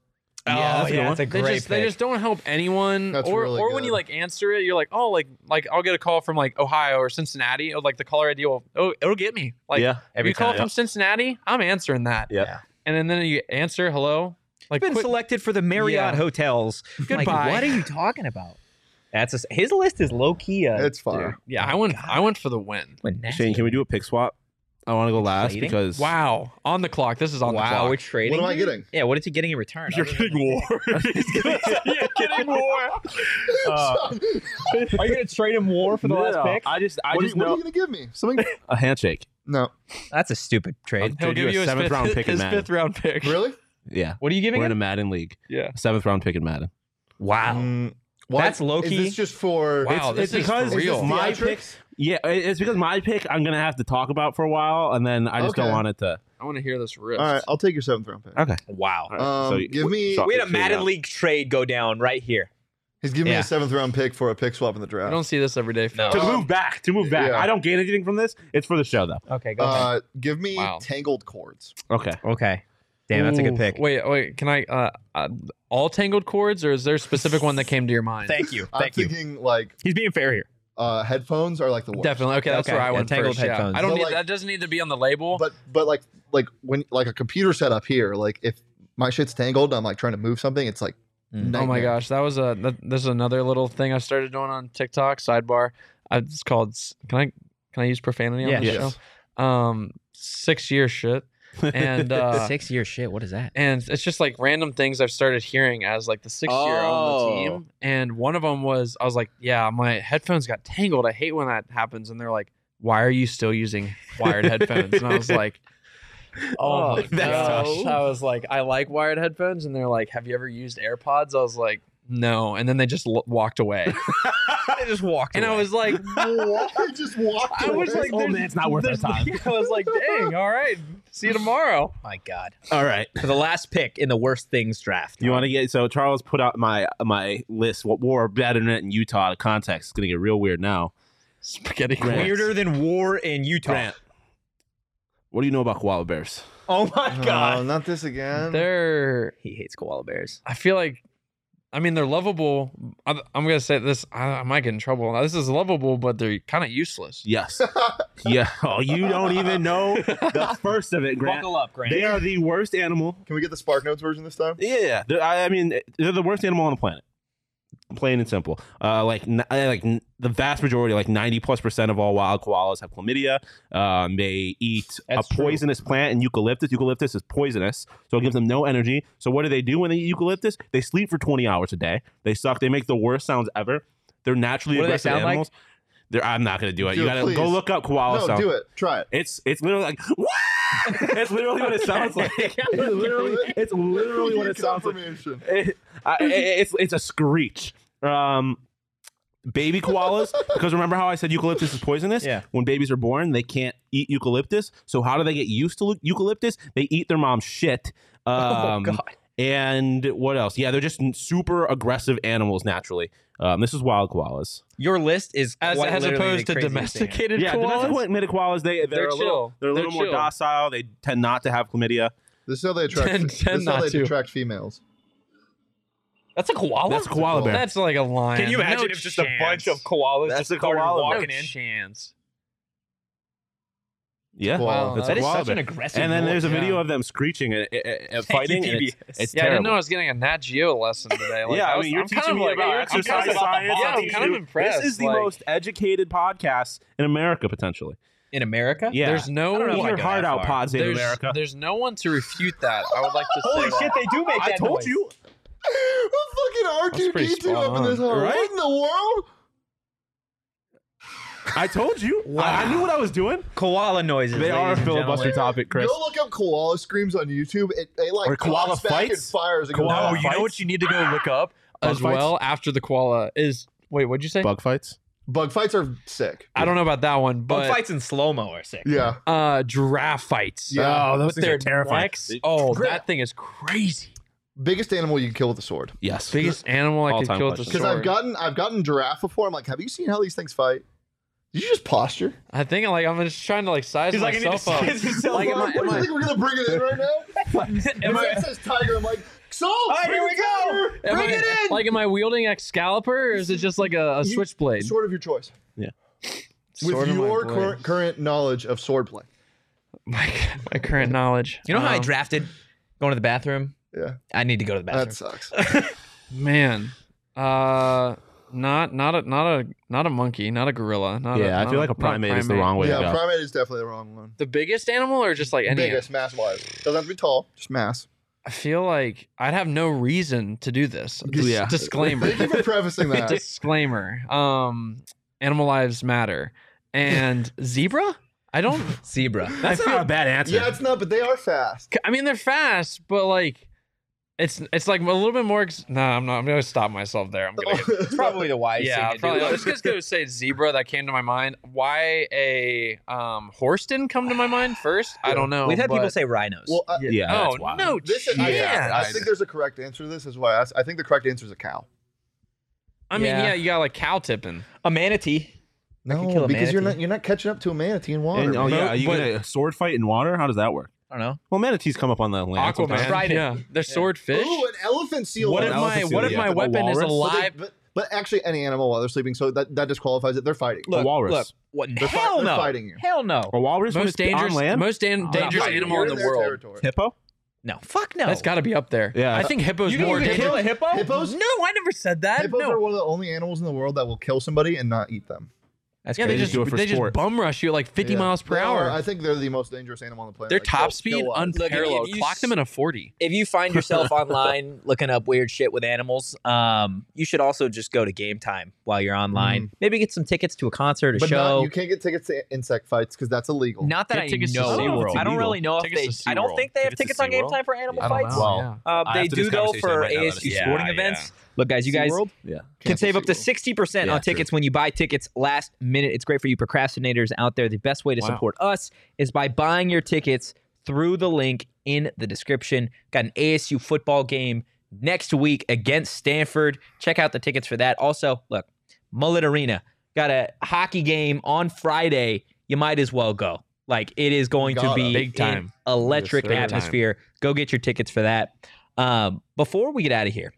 Speaker 1: Oh, Yeah,
Speaker 4: that's a good one.
Speaker 1: that's a
Speaker 3: They
Speaker 1: great
Speaker 3: just they
Speaker 1: pick.
Speaker 3: just don't help anyone.
Speaker 2: That's
Speaker 3: or
Speaker 2: really
Speaker 3: or when
Speaker 2: good.
Speaker 3: you like answer it, you're like, oh, like like I'll get a call from like Ohio or Cincinnati, or like the caller ID will oh it'll get me. Like
Speaker 4: yeah.
Speaker 3: if
Speaker 1: every
Speaker 3: you call
Speaker 1: time.
Speaker 3: from Cincinnati, I'm answering that.
Speaker 4: Yeah.
Speaker 3: And then you answer hello. Like
Speaker 1: been
Speaker 3: quick-
Speaker 1: selected for the Marriott
Speaker 3: Yeah.
Speaker 1: hotels. Like,
Speaker 3: Goodbye.
Speaker 1: what are you talking about? That's a, his list is low key. Uh,
Speaker 2: It's fire.
Speaker 3: yeah, I went I went for the win.
Speaker 4: Shane, can we do a pick swap? I want to go last
Speaker 1: Trading?
Speaker 4: because
Speaker 3: Wow. On the clock. This is on the
Speaker 1: wow,
Speaker 3: clock.
Speaker 1: we're trading.
Speaker 2: What am I
Speaker 1: here?
Speaker 2: getting?
Speaker 1: Yeah, what is he getting in return?
Speaker 4: you're getting war.
Speaker 3: yeah, getting more.
Speaker 4: Uh,
Speaker 1: Are you going to trade him war for
Speaker 4: I just, I
Speaker 2: what, are,
Speaker 4: just
Speaker 2: you- what are
Speaker 4: know
Speaker 2: you gonna give me? Something?
Speaker 4: a handshake.
Speaker 2: No,
Speaker 1: That's a stupid trade.
Speaker 4: He'll give you a seventh round pick in
Speaker 3: his
Speaker 4: Madden.
Speaker 3: fifth round pick.
Speaker 2: really?
Speaker 4: Yeah,
Speaker 3: What are you giving
Speaker 4: we're in
Speaker 3: him?
Speaker 4: a Madden league.
Speaker 3: Yeah.
Speaker 4: seventh round pick in Madden.
Speaker 1: Wow.
Speaker 2: Mm,
Speaker 1: That's low
Speaker 2: Is
Speaker 1: key.
Speaker 2: this just for?
Speaker 3: Wow,
Speaker 4: it's, it's
Speaker 3: this is
Speaker 4: because
Speaker 3: for
Speaker 4: it's
Speaker 3: real.
Speaker 4: my
Speaker 2: Theatrics?
Speaker 4: picks. Yeah, it- it's because my pick I'm gonna have to talk about for a while, and then I just don't
Speaker 2: Okay.
Speaker 4: want it to.
Speaker 3: I want to hear this riff.
Speaker 2: All right, I'll take your seventh round pick.
Speaker 4: Okay.
Speaker 1: wow.
Speaker 4: All
Speaker 2: Um, give me-
Speaker 4: Sean,
Speaker 1: We had a
Speaker 4: figure it
Speaker 1: Madden
Speaker 4: out.
Speaker 1: League trade go down right here.
Speaker 2: He's giving
Speaker 1: Yeah.
Speaker 2: me a seventh round pick for a pick swap in the
Speaker 3: I
Speaker 2: draft.
Speaker 3: don't see this every day.
Speaker 1: No.
Speaker 4: to
Speaker 2: Um,
Speaker 4: move back. To move back.
Speaker 2: yeah.
Speaker 4: I don't gain anything from this. It's for the show though.
Speaker 1: Okay, go
Speaker 2: uh, give me
Speaker 3: Wow.
Speaker 2: tangled cords.
Speaker 4: Okay.
Speaker 1: Okay. Damn, that's a good
Speaker 3: Ooh.
Speaker 1: pick.
Speaker 3: Wait, wait. Can I? Uh, uh, all tangled cords, or is there a specific one that came to your mind?
Speaker 1: Thank you.
Speaker 2: I'm
Speaker 1: Thank you.
Speaker 2: thinking like
Speaker 1: He's being fair here.
Speaker 2: uh, headphones are like the worst.
Speaker 3: Definitely. Okay, that's
Speaker 1: Okay,
Speaker 3: where I
Speaker 1: yeah,
Speaker 3: went
Speaker 1: tangled
Speaker 3: first. yeah.
Speaker 1: headphones.
Speaker 3: I don't
Speaker 2: But
Speaker 3: need
Speaker 2: like-
Speaker 3: that. Doesn't need to be on the label.
Speaker 2: But but like like when like a computer setup here, like if my shit's tangled, and I'm like trying to move something. It's like
Speaker 1: Mm.
Speaker 3: oh my
Speaker 2: nightmare.
Speaker 3: gosh, that was a. That, this is another little thing I started doing on TikTok sidebar. I, it's called. s- Can I? Can I use profanity on
Speaker 1: Yeah.
Speaker 3: this
Speaker 2: Yes.
Speaker 3: show? Um, six year shit, and uh,
Speaker 1: Six year shit. What is that?
Speaker 3: and it's just like random things I've started hearing as like the sixth year on the
Speaker 4: Oh.
Speaker 3: team. And one of them was I was like, yeah, my headphones got tangled. I hate when that happens. And they're like, why are you still using wired headphones? And I was like, oh,
Speaker 4: Oh,
Speaker 3: my
Speaker 4: that's
Speaker 3: gosh.
Speaker 4: tough.
Speaker 3: I was like, I like wired headphones. And they're like, have you ever used AirPods? I was like, no. And then they just l- walked away.
Speaker 1: I just walked.
Speaker 3: and I
Speaker 1: away.
Speaker 3: was like,
Speaker 2: I just walked.
Speaker 3: I
Speaker 2: away.
Speaker 3: was like,
Speaker 4: old
Speaker 3: there's-
Speaker 4: man's not worth our
Speaker 3: there's-
Speaker 4: time.
Speaker 3: I was like, dang, all right. See you tomorrow.
Speaker 1: my God.
Speaker 4: All right.
Speaker 1: For the last pick in the worst things draft.
Speaker 4: You want to get so Charles put out my my list. What war, bad internet in Utah? The context is gonna get real weird now.
Speaker 3: Spaghetti
Speaker 4: Grant.
Speaker 1: weirder than war in Utah?
Speaker 4: Grant. What do you know about koala bears?
Speaker 1: Oh my
Speaker 4: Uh,
Speaker 2: No,
Speaker 1: God.
Speaker 2: not this
Speaker 4: Um,
Speaker 2: again.
Speaker 3: They're
Speaker 1: He hates koala bears.
Speaker 3: I feel like, I mean, they're lovable. I, I'm gonna say this. I, I might get in trouble. This is lovable, but they're kind of useless.
Speaker 4: Yes. yeah. Oh, you don't even know the first of it, Grant.
Speaker 1: Buckle up, Grant.
Speaker 4: They are the worst animal.
Speaker 2: Can we get the Spark Notes version this time?
Speaker 4: Yeah. They're, I, I mean, they're the worst animal on the planet. Plain and simple. Uh, like, n- uh, like n- the vast majority, like ninety plus percent of all wild koalas have chlamydia. Um, they eat
Speaker 1: That's
Speaker 4: a
Speaker 1: true.
Speaker 4: poisonous plant and eucalyptus. Eucalyptus is poisonous, so it gives them no energy. So what do they do when they eat eucalyptus? They sleep for twenty hours a day. They suck. They make the worst sounds ever. They're naturally
Speaker 1: What do they
Speaker 4: aggressive
Speaker 1: sound like?
Speaker 4: animals. They're, I'm not gonna do it.
Speaker 2: Do
Speaker 4: you
Speaker 2: it,
Speaker 4: gotta
Speaker 2: please.
Speaker 4: go look up koala
Speaker 2: no,
Speaker 4: sound.
Speaker 2: do it. Try it.
Speaker 4: It's it's literally like "Wah!" It's literally what it sounds like. It's literally it's literally what it sounds like.
Speaker 2: Confirmation.
Speaker 4: It- I- it- it's it's a screech. Um, baby koalas, because remember how I said eucalyptus is poisonous?
Speaker 1: Yeah.
Speaker 4: When babies are born, they can't eat eucalyptus. So how do they get used to lu- eucalyptus? They eat their mom's shit. Um,
Speaker 1: Oh, God.
Speaker 4: And what else? Yeah, they're just n- super aggressive animals naturally. Um, this is wild koalas.
Speaker 1: Your list is
Speaker 3: As,
Speaker 1: quite
Speaker 3: as
Speaker 1: literally
Speaker 3: opposed
Speaker 1: the
Speaker 3: to
Speaker 1: craziest thing.
Speaker 3: domesticated
Speaker 4: Yeah,
Speaker 3: koalas.
Speaker 4: domestic minute koalas. They they're,
Speaker 3: They're
Speaker 4: a
Speaker 3: chill.
Speaker 4: little they're a
Speaker 3: They're
Speaker 4: little more
Speaker 3: chill.
Speaker 4: docile. They tend not to have chlamydia.
Speaker 2: This is how they attract.
Speaker 3: Ten- ten
Speaker 2: this is how
Speaker 3: not
Speaker 2: they
Speaker 3: to.
Speaker 2: attract females.
Speaker 1: That's a koala.
Speaker 4: That's koala bear.
Speaker 3: That's like a lion.
Speaker 1: Can you imagine
Speaker 3: No
Speaker 1: if just a
Speaker 3: chance.
Speaker 1: bunch of koalas
Speaker 4: That's
Speaker 1: just
Speaker 4: a
Speaker 1: started
Speaker 4: koala bear.
Speaker 1: walking
Speaker 3: no
Speaker 1: in?
Speaker 3: chance?
Speaker 4: yeah.
Speaker 2: Wow,
Speaker 4: It's
Speaker 3: that
Speaker 4: a
Speaker 3: is
Speaker 4: koala
Speaker 1: such an
Speaker 4: bear.
Speaker 1: aggressive
Speaker 4: And then there's a
Speaker 3: noise.
Speaker 4: video
Speaker 3: Yeah.
Speaker 4: of them screeching and, and- and fighting. and it's,
Speaker 1: PBS.
Speaker 4: it's
Speaker 3: Yeah, I didn't know I
Speaker 4: terrible.
Speaker 3: was getting a Nat Geo lesson today. Like,
Speaker 4: yeah, I
Speaker 3: was,
Speaker 4: mean, you're
Speaker 3: I'm
Speaker 4: teaching
Speaker 3: kind of
Speaker 4: me
Speaker 3: like,
Speaker 4: about
Speaker 3: I'm kind of
Speaker 4: exercise
Speaker 3: about the
Speaker 4: science.
Speaker 3: Yeah,
Speaker 4: I'll
Speaker 3: I'm
Speaker 4: teach
Speaker 3: kind
Speaker 4: you.
Speaker 3: of impressed.
Speaker 4: This is the
Speaker 3: like,
Speaker 4: most educated podcast in America, potentially.
Speaker 1: in America.
Speaker 4: Yeah,
Speaker 3: There's no.
Speaker 1: I don't know if
Speaker 4: Eat
Speaker 1: I
Speaker 4: your
Speaker 1: go
Speaker 4: heart
Speaker 1: that
Speaker 4: out
Speaker 1: far.
Speaker 4: pods in
Speaker 3: there's,
Speaker 4: America.
Speaker 3: there's no one to refute that. I would like to say. that.
Speaker 1: they do make
Speaker 4: I told you.
Speaker 2: Fucking
Speaker 3: That's pretty
Speaker 2: R2D2 up
Speaker 3: spot
Speaker 2: in this
Speaker 3: on,
Speaker 2: hole.
Speaker 4: right?
Speaker 2: What in the world?
Speaker 4: I told you. I, I knew what I was doing.
Speaker 1: Koala noises.
Speaker 4: They are a
Speaker 1: ladies and
Speaker 4: filibuster
Speaker 1: gentlemen.
Speaker 4: topic, Chris.
Speaker 2: Go look up koala screams on YouTube. It, it like
Speaker 4: Or koala
Speaker 2: clocks back and
Speaker 4: fights?
Speaker 2: fires. and goes
Speaker 4: Koala
Speaker 2: off.
Speaker 3: Oh, you know what you need to go look up
Speaker 4: Bug
Speaker 3: as
Speaker 4: fights?
Speaker 3: well after the koala is. Wait, what'd you say?
Speaker 4: Bug fights.
Speaker 2: Bug fights are sick.
Speaker 3: I don't know about that one,
Speaker 1: Bug
Speaker 3: but
Speaker 1: fights in slow mo are sick.
Speaker 2: Yeah.
Speaker 3: uh, giraffe fights.
Speaker 2: Yeah.
Speaker 4: Oh, those
Speaker 3: With
Speaker 4: things are
Speaker 3: their
Speaker 4: terrifying.
Speaker 3: necks. Oh, that thing is crazy.
Speaker 2: Biggest animal you can kill with a sword.
Speaker 4: Yes.
Speaker 3: Biggest animal I could
Speaker 4: All-time
Speaker 3: kill with a
Speaker 4: question.
Speaker 2: Because
Speaker 3: sword.
Speaker 2: I've gotten I've gotten giraffe before. I'm like, have you seen how these things fight? Did you just posture?
Speaker 3: I think like I'm just trying to like size
Speaker 1: He's like, I need to
Speaker 3: myself up.
Speaker 1: size myself
Speaker 3: Like, am I-
Speaker 2: what do
Speaker 3: am
Speaker 2: you
Speaker 3: I-
Speaker 2: think we're gonna bring it in right now?
Speaker 1: Am I-
Speaker 2: it says tiger. I'm like, so
Speaker 1: right,
Speaker 2: bring
Speaker 1: here we
Speaker 2: the
Speaker 1: go.
Speaker 2: tiger.
Speaker 3: Am
Speaker 2: Bring
Speaker 3: I-
Speaker 2: it in.
Speaker 3: Like, am I wielding Excalibur or is it just like a, a
Speaker 2: You-
Speaker 3: switchblade?
Speaker 2: Sword of your choice. With
Speaker 3: Sword in my
Speaker 2: your
Speaker 3: blade.
Speaker 2: current current knowledge of swordplay.
Speaker 3: my, my current knowledge.
Speaker 1: You know how I
Speaker 3: Um,
Speaker 1: drafted going to the bathroom?
Speaker 2: Yeah.
Speaker 1: I need to go to the bathroom.
Speaker 2: That sucks.
Speaker 3: man. Uh, not not a not a not a monkey, not a gorilla. Not a,
Speaker 4: Yeah, I
Speaker 3: not
Speaker 4: feel like a
Speaker 3: not
Speaker 4: primate is the wrong way to
Speaker 2: yeah,
Speaker 4: go.
Speaker 2: primate is definitely the wrong one.
Speaker 3: The biggest animal or just like any?
Speaker 2: Biggest mass wise. Doesn't have to be tall. Just mass.
Speaker 3: I feel like I'd have no reason to do this. Dis-
Speaker 4: Yeah.
Speaker 3: Disclaimer.
Speaker 2: Thank you for prefacing that.
Speaker 3: disclaimer. Um, animal lives matter, and zebra. I don't.
Speaker 1: Zebra.
Speaker 4: That's not a bad answer.
Speaker 2: yeah, it's not, but they are fast.
Speaker 3: I mean, they're fast, but like, it's it's like a little bit more. Ex- nah, I'm not. I'm gonna stop myself there. I'm gonna. Get,
Speaker 1: It's probably the wise
Speaker 3: yeah,
Speaker 1: thing to do.
Speaker 3: probably. I was just gonna say zebra. That came to my mind. Why a um horse didn't come to my mind first? I don't know.
Speaker 1: We've had people
Speaker 3: but-
Speaker 1: say rhinos.
Speaker 2: Well, uh, I,
Speaker 4: yeah.
Speaker 3: Oh
Speaker 4: that's wild.
Speaker 3: no!
Speaker 2: this is,
Speaker 3: yeah.
Speaker 2: I, I think there's a correct answer to this as well. I, I think the correct answer is a cow.
Speaker 3: I mean,
Speaker 1: Yeah.
Speaker 3: yeah, you got like cow tipping.
Speaker 1: a manatee. could kill
Speaker 2: No,
Speaker 1: a
Speaker 2: because you're
Speaker 1: manatee.
Speaker 2: not you're not catching up to a manatee in water.
Speaker 4: And, oh
Speaker 2: man.
Speaker 4: yeah, are you
Speaker 3: but-
Speaker 4: gonna a sword fight in water? How does that work?
Speaker 1: I don't know.
Speaker 4: Well, manatees come up on the land.
Speaker 3: Aquaman.
Speaker 4: sometimes.
Speaker 1: Trident.
Speaker 3: Yeah, they're swordfish.
Speaker 2: Ooh, an elephant seal.
Speaker 3: what
Speaker 4: an
Speaker 3: if
Speaker 4: elephant
Speaker 3: my
Speaker 4: seal,
Speaker 3: what if
Speaker 4: yeah.
Speaker 3: my
Speaker 4: A
Speaker 3: weapon is
Speaker 4: walrus?
Speaker 3: a
Speaker 2: But, they-
Speaker 3: live?
Speaker 2: but, but actually, any animal while they're sleeping, so that, that disqualifies it. They're fighting.
Speaker 4: A walrus.
Speaker 1: Look, what?
Speaker 2: They're fi-
Speaker 1: hell
Speaker 2: they're
Speaker 1: no.
Speaker 2: fighting you.
Speaker 1: Hell no.
Speaker 4: A walrus when
Speaker 3: most
Speaker 4: it's on
Speaker 3: dangerous,
Speaker 4: land.
Speaker 3: most dan-
Speaker 1: Oh,
Speaker 3: dangerous
Speaker 1: right,
Speaker 3: animal
Speaker 2: You're
Speaker 3: in the
Speaker 2: their
Speaker 3: world.
Speaker 2: territory.
Speaker 4: hippo.
Speaker 1: No. Fuck no.
Speaker 3: That's got to be up there.
Speaker 4: Yeah.
Speaker 3: I think hippos
Speaker 1: you
Speaker 3: more
Speaker 1: can even
Speaker 3: dangerous.
Speaker 1: kill a hippo.
Speaker 2: Hippos?
Speaker 3: No, I never said that.
Speaker 2: Hippos
Speaker 3: no.
Speaker 2: are one of the only animals in the world that will kill somebody and not eat them.
Speaker 1: That's
Speaker 3: yeah, they
Speaker 4: They
Speaker 3: just
Speaker 4: just do it for
Speaker 3: they just
Speaker 4: sport.
Speaker 3: bum rush you at like 50
Speaker 2: Yeah.
Speaker 3: miles per
Speaker 2: They
Speaker 3: hour.
Speaker 2: are- I think they're the most dangerous animal on the planet.
Speaker 3: Their
Speaker 2: Like,
Speaker 3: top
Speaker 2: they'll
Speaker 3: speed
Speaker 2: kill us.
Speaker 3: unparalleled.
Speaker 1: Look, if you
Speaker 3: Clock them in a 40.
Speaker 1: if you find yourself online looking up weird shit with animals, um, you should also just go to game time while you're online. Maybe get some tickets to a concert, a
Speaker 2: Mm. But
Speaker 1: show.
Speaker 2: not, you can't get tickets to insect fights because that's illegal.
Speaker 1: Not that
Speaker 3: Get
Speaker 1: I
Speaker 3: tickets to
Speaker 1: know.
Speaker 4: SeaWorld.
Speaker 1: of. I don't really know if
Speaker 3: Tickets
Speaker 1: they.
Speaker 3: to
Speaker 1: I don't
Speaker 3: SeaWorld.
Speaker 1: think they have tickets
Speaker 4: Tickets to
Speaker 1: on Game
Speaker 4: SeaWorld?
Speaker 1: Time for animal
Speaker 4: I don't
Speaker 1: fights.
Speaker 4: know.
Speaker 1: Um,
Speaker 4: I
Speaker 1: they
Speaker 4: have to
Speaker 1: do
Speaker 4: this
Speaker 1: though
Speaker 4: conversation
Speaker 1: for
Speaker 4: right now, that
Speaker 1: ASU
Speaker 4: is-
Speaker 1: sporting
Speaker 3: yeah,
Speaker 1: events. Look, guys, you guys
Speaker 4: Yeah.
Speaker 1: can
Speaker 2: Cancel
Speaker 1: save up to
Speaker 2: SeaWorld.
Speaker 1: 60%
Speaker 4: Yeah,
Speaker 1: on tickets when you buy tickets last minute. It's great for you procrastinators out there. The best way to
Speaker 3: Wow.
Speaker 1: support us is by buying your tickets through the link in the description. Got an ASU football game next week against Stanford. Check out the tickets for that. Also, look, Mullet Arena got a hockey game on Friday. You might as well go. Like it is going to
Speaker 2: Gotta.
Speaker 1: be
Speaker 3: Big
Speaker 1: an
Speaker 3: time.
Speaker 1: electric
Speaker 3: Yes, sir.
Speaker 1: atmosphere. Go get your tickets for that. Um, before we get out of here,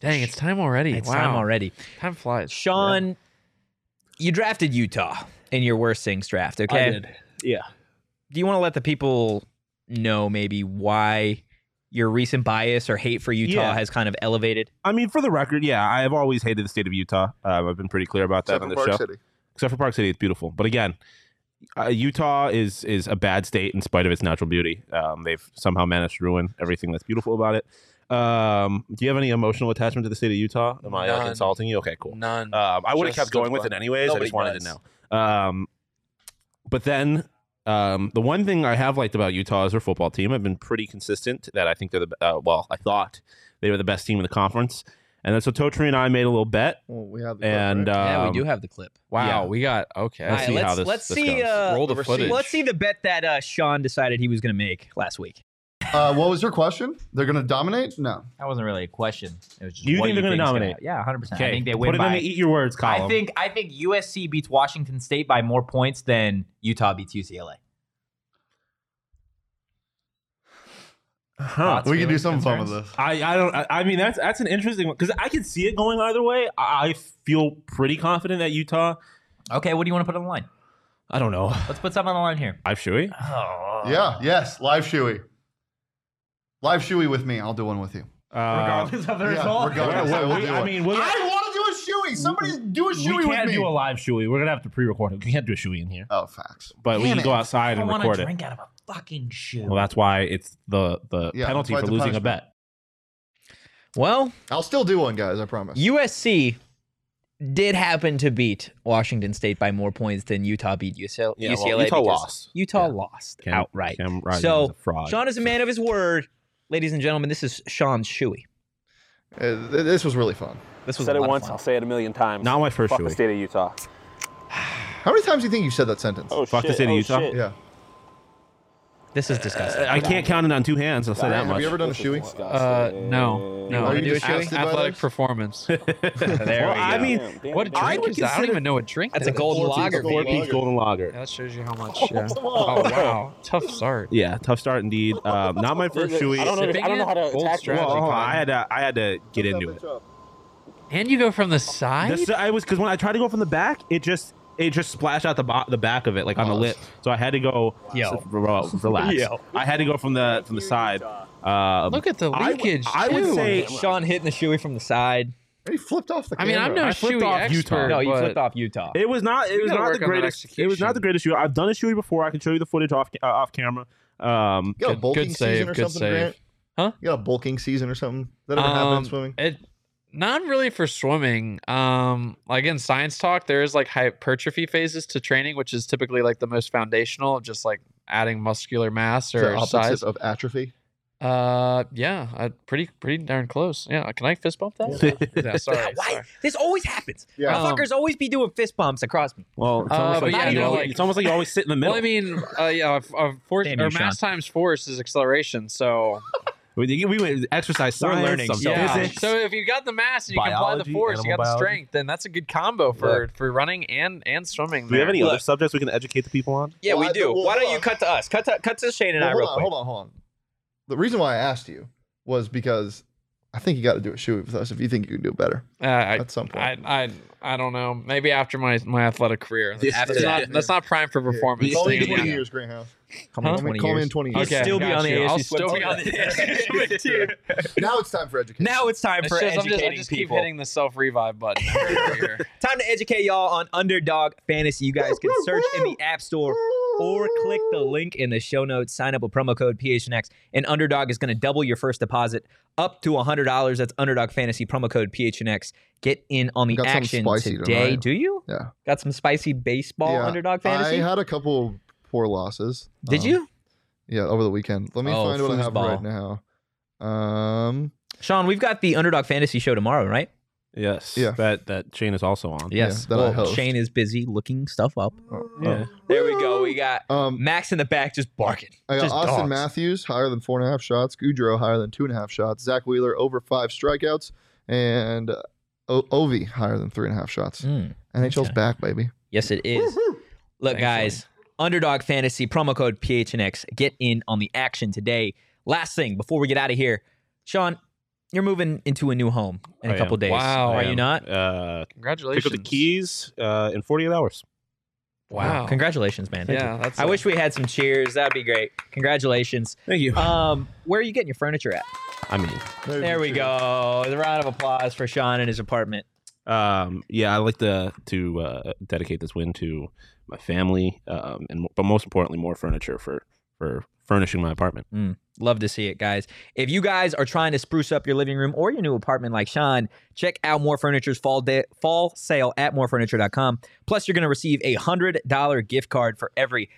Speaker 3: Dang, it's time already.
Speaker 1: it's
Speaker 3: wow.
Speaker 1: time already.
Speaker 3: Time flies.
Speaker 1: Sean, you drafted Utah in your worst things draft, okay?
Speaker 4: Yeah.
Speaker 1: Do you want to let the people know maybe why your recent bias or hate for Utah
Speaker 4: Yeah.
Speaker 1: has kind of elevated?
Speaker 4: I mean, for the record, yeah, I have always hated the state of Utah. Um, I've been pretty clear about that
Speaker 2: Except
Speaker 4: on
Speaker 2: for
Speaker 4: the
Speaker 2: Park
Speaker 4: show.
Speaker 2: City.
Speaker 4: Except for Park City, it's beautiful. But again, uh, Utah is is a bad state in spite of its natural beauty. Um, they've somehow managed to ruin everything that's beautiful about it. Um, do you have any emotional attachment to the state of Utah? Am I
Speaker 3: None.
Speaker 4: like, insulting you? Okay, cool.
Speaker 3: None.
Speaker 1: Uh,
Speaker 4: Um, I would have
Speaker 3: Just
Speaker 4: kept going with
Speaker 3: fun.
Speaker 4: it anyways. I
Speaker 3: Nobody
Speaker 4: just wanted
Speaker 3: does.
Speaker 4: to know. Um, but then um, the one thing I have liked about Utah is their football team. I've been pretty consistent that I think they're the uh, well, I thought they were the best team in the conference. And then so Totri and I made a little bet,
Speaker 2: Well, we have the
Speaker 4: and um,
Speaker 1: yeah, we do have the clip.
Speaker 3: wow,
Speaker 4: yeah.
Speaker 3: we got okay.
Speaker 4: Let's see
Speaker 1: All right,
Speaker 4: how
Speaker 1: let's,
Speaker 4: this-
Speaker 1: let's
Speaker 4: this
Speaker 1: see.
Speaker 4: goes.
Speaker 1: Uh,
Speaker 3: Roll the
Speaker 1: receipt.
Speaker 3: footage.
Speaker 1: Let's see the bet that uh, Sean decided he was going to make last week.
Speaker 2: Uh, what was your question? They're going to dominate? No.
Speaker 1: That wasn't really a question. It was just
Speaker 4: You what think do you they're gonna think's gonna dominate? happen.
Speaker 1: yeah, hundred percent.
Speaker 4: okay, put it in the eat your words column.
Speaker 1: I think I think USC beats Washington State by more points than Utah beats UCLA.
Speaker 4: Huh.
Speaker 2: we can do some fun with this.
Speaker 4: I, I don't I, I mean that's that's an interesting one because I can see it going either way. I I feel pretty confident that Utah.
Speaker 1: Okay, what do you want to put on the line?
Speaker 4: I don't know.
Speaker 1: Let's put something on the line here.
Speaker 4: I've Shuey.
Speaker 2: yeah. Yes. Live shoey. Live shoey with me. I'll do one with you.
Speaker 4: Uh,
Speaker 1: of the
Speaker 2: Yeah, result. regardless. I will do
Speaker 4: I
Speaker 2: it.
Speaker 4: mean, we'll,
Speaker 2: I want to do a shoey. Somebody do a
Speaker 4: we
Speaker 2: shoey with me.
Speaker 4: can't do a live Shuey. We're gonna have to pre-record it. We can't do a Shuey in here,
Speaker 2: oh, facts.
Speaker 4: but we
Speaker 2: Damn
Speaker 4: can
Speaker 2: it.
Speaker 4: go outside and record it.
Speaker 1: out of a fucking shoe.
Speaker 4: Well, that's why it's the the
Speaker 2: Yeah,
Speaker 4: penalty
Speaker 2: that's
Speaker 4: for
Speaker 2: why
Speaker 4: losing
Speaker 2: it's a
Speaker 4: a bet.
Speaker 1: Well,
Speaker 2: I'll still do one, guys. I promise.
Speaker 1: USC did happen to beat Washington State by more points than Utah beat UCLA. UCLA because Utah
Speaker 4: Yeah.
Speaker 1: lost
Speaker 4: Cam-
Speaker 1: outright.
Speaker 4: Cam Rising
Speaker 1: So,
Speaker 4: is a fraud.
Speaker 1: Sean is a man of his word. Ladies and gentlemen, this is Sean Shuey.
Speaker 2: Uh, th- this was really fun.
Speaker 1: This
Speaker 10: said it once, I'll say it a million times.
Speaker 2: Not my first
Speaker 10: Fuck the
Speaker 2: choice.
Speaker 10: state of Utah.
Speaker 2: How many times do you think you said that sentence?
Speaker 10: Oh, Fuck the shit. state of Oh, Utah? shit.
Speaker 2: Yeah.
Speaker 1: This is disgusting.
Speaker 4: Uh, I can't count it on two hands. I'll say that
Speaker 2: Have
Speaker 4: much.
Speaker 2: you ever done a shoey?
Speaker 3: Uh, no, no.
Speaker 4: Are you
Speaker 3: I do a
Speaker 4: disgusted by
Speaker 3: athletic
Speaker 4: those?
Speaker 3: performance. there I
Speaker 4: mean,
Speaker 3: what
Speaker 4: I
Speaker 3: drink
Speaker 4: would
Speaker 3: is that? I don't
Speaker 4: consider-
Speaker 3: even know what drink.
Speaker 4: That's
Speaker 3: that
Speaker 4: a
Speaker 3: is.
Speaker 4: golden lager, baby. 14th golden lager.
Speaker 3: Yeah, that shows you how much. Yeah.
Speaker 4: Come
Speaker 3: Oh
Speaker 4: on.
Speaker 3: wow, tough start.
Speaker 4: Yeah, tough start indeed. Um, not my first
Speaker 3: Dude,
Speaker 4: shoey.
Speaker 3: I don't know- I don't know how to Bold attack strategy,
Speaker 4: Well, hold on,
Speaker 3: Colin.
Speaker 4: I had to. I had to get into it.
Speaker 3: And you go from the side.
Speaker 4: This- I was because when I tried to go from the back, it just it just splashed out the bo- the back of it, like on the lip. So I had to go.
Speaker 3: Yo.
Speaker 4: s- ro- relax.
Speaker 3: Yo.
Speaker 4: I had to go from the from the side. Um,
Speaker 3: Look at the
Speaker 4: I w-
Speaker 3: leakage,
Speaker 4: I would
Speaker 3: too.
Speaker 4: say
Speaker 1: Sean hitting the shoey from the side.
Speaker 2: He flipped off the
Speaker 3: I mean, I'm no
Speaker 4: I
Speaker 3: shoey
Speaker 4: flipped off Utah.
Speaker 3: expert.
Speaker 1: No, you
Speaker 3: but-
Speaker 1: flipped off Utah.
Speaker 4: It was not.
Speaker 3: We
Speaker 4: It was
Speaker 3: gotta
Speaker 4: not
Speaker 3: work
Speaker 4: the
Speaker 3: on that
Speaker 4: greatest. It was not the greatest shoe. I've done a shoe before. I can show you the footage off uh, off camera. Um,
Speaker 2: You got a bulking season or something, Grant?
Speaker 3: Huh?
Speaker 2: You got a bulking season or something? That ever happened in
Speaker 3: Um,
Speaker 2: swimming?
Speaker 3: It not really for swimming. Um, like in science talk, there is like hypertrophy phases to training, which is typically like the most foundational, just like adding muscular mass
Speaker 2: It's the
Speaker 3: or
Speaker 2: opposite
Speaker 3: size.
Speaker 2: of atrophy.
Speaker 3: Uh, yeah, I, pretty pretty darn close. Yeah, can I fist bump that? yeah, sorry. sorry.
Speaker 1: This always happens.
Speaker 2: Yeah.
Speaker 1: Motherfuckers always be doing fist bumps across me.
Speaker 4: Well, it's
Speaker 3: Uh,
Speaker 4: almost,
Speaker 3: but
Speaker 4: like,
Speaker 3: yeah, no,
Speaker 4: you know,
Speaker 3: like-
Speaker 4: it's almost like you always sit in the middle.
Speaker 3: Well, I mean, uh, yeah, of- of force
Speaker 1: Damn you,
Speaker 3: or mass times force is acceleration. So
Speaker 4: we, we went exercise
Speaker 1: We're
Speaker 4: science.
Speaker 1: learning
Speaker 4: some
Speaker 1: so
Speaker 3: yeah.
Speaker 4: physics.
Speaker 3: So if you got the mass and you can apply the
Speaker 4: Biology,
Speaker 3: force, you
Speaker 4: animal
Speaker 3: got the
Speaker 4: biology.
Speaker 3: strength, then that's a good combo for for running and and swimming.
Speaker 4: Do we have
Speaker 3: there.
Speaker 4: any other subjects we can educate the people on?
Speaker 1: Yeah,
Speaker 2: Well,
Speaker 1: we
Speaker 2: I-
Speaker 1: do.
Speaker 2: well,
Speaker 1: Why don't
Speaker 2: hold
Speaker 1: you
Speaker 2: on.
Speaker 1: cut to us? Cut to cut to Shane and
Speaker 2: Well,
Speaker 1: I
Speaker 2: hold
Speaker 1: real
Speaker 2: on,
Speaker 1: quick.
Speaker 2: hold on, hold on. The reason why I asked you was because I think you got to do a shoey with us if you think you can do it better
Speaker 3: Uh, I,
Speaker 2: at some point.
Speaker 3: I, I I don't know. Maybe after my, my athletic career. That's,
Speaker 1: after
Speaker 3: that's
Speaker 1: that.
Speaker 3: not that's not prime for performance.
Speaker 2: call me in
Speaker 3: Yeah.
Speaker 2: 20 years, Grant House.
Speaker 1: Come on,
Speaker 3: Huh?
Speaker 2: Call me, call me in 20
Speaker 1: He'll
Speaker 2: years.
Speaker 3: Okay,
Speaker 1: still be
Speaker 3: got
Speaker 1: on the
Speaker 3: you. I'll
Speaker 1: ASU
Speaker 3: still be
Speaker 1: swim
Speaker 3: on
Speaker 1: team.
Speaker 3: the ASU swim team.
Speaker 2: Now it's time for education.
Speaker 1: Now it's time
Speaker 3: It's
Speaker 1: for
Speaker 3: just- I'm
Speaker 1: educating
Speaker 3: just, I just keep
Speaker 1: people.
Speaker 3: hitting the self revive button. over here.
Speaker 1: Time to educate y'all on Underdog Fantasy. You guys can search in the App Store or click the link in the show notes. Sign up with promo code PHNX, and Underdog is going to double your first deposit up to $100. That's Underdog Fantasy, promo code PHNX. Get in on the
Speaker 2: Got something
Speaker 1: action
Speaker 2: spicy
Speaker 1: today.
Speaker 2: tonight.
Speaker 1: Do you?
Speaker 2: yeah.
Speaker 1: Got some spicy baseball
Speaker 2: Yeah,
Speaker 1: Underdog Fantasy?
Speaker 2: I had a couple poor losses.
Speaker 1: Did
Speaker 2: Um,
Speaker 1: you?
Speaker 2: Yeah, over the weekend. Let me
Speaker 1: Oh,
Speaker 2: find what I have right
Speaker 1: foosball.
Speaker 2: now. Um,
Speaker 1: Sean, we've got the Underdog Fantasy show tomorrow, right?
Speaker 4: Yes.
Speaker 2: Yeah.
Speaker 4: That that chain is also on.
Speaker 2: Yes. Yeah, that I
Speaker 1: well,
Speaker 2: host.
Speaker 1: Shane is busy looking stuff up.
Speaker 2: oh,
Speaker 4: Yeah.
Speaker 1: There we go. We got
Speaker 2: oh. Um,
Speaker 1: Max in the back just barking.
Speaker 2: I got
Speaker 1: just
Speaker 2: Austin
Speaker 1: dogs.
Speaker 2: Matthews higher than four and a half shots, Goudreau higher than two and a half shots, Zach Wheeler over five strikeouts, and uh, o- Ovi higher than three and a half shots.
Speaker 1: Mm.
Speaker 2: NHL's
Speaker 1: okay.
Speaker 2: back, baby.
Speaker 1: Yes, it is. Look,
Speaker 3: Thankfully.
Speaker 1: guys, underdog fantasy promo code PHNX. Get in on the action today. Last thing before we get out of here, Sean, you're moving into a new home in a
Speaker 4: I
Speaker 1: couple
Speaker 4: am.
Speaker 1: days.
Speaker 3: Wow.
Speaker 1: are
Speaker 4: I
Speaker 1: you
Speaker 4: am,
Speaker 1: not?
Speaker 4: Uh, pick
Speaker 3: Congratulations.
Speaker 4: up the keys uh, in 48 hours.
Speaker 3: Wow.
Speaker 1: Congratulations, man.
Speaker 3: Yeah, that's
Speaker 1: I
Speaker 3: a-
Speaker 1: wish we had some cheers. That'd be great. Congratulations.
Speaker 4: Thank you.
Speaker 1: Um, where are you getting your furniture at?
Speaker 4: I mean,
Speaker 1: There we go. The round of applause for Sean and his apartment.
Speaker 4: um, yeah, I like to to uh, dedicate this win to my family, um, and mo- but most importantly, more furniture for for furnishing my apartment.
Speaker 1: Love to see it, guys. If you guys are trying to spruce up your living room or your new apartment like Sean, check out More Furniture's fall day, fall sale at morefurniture.com. Plus, you're going to receive a $100 gift card for every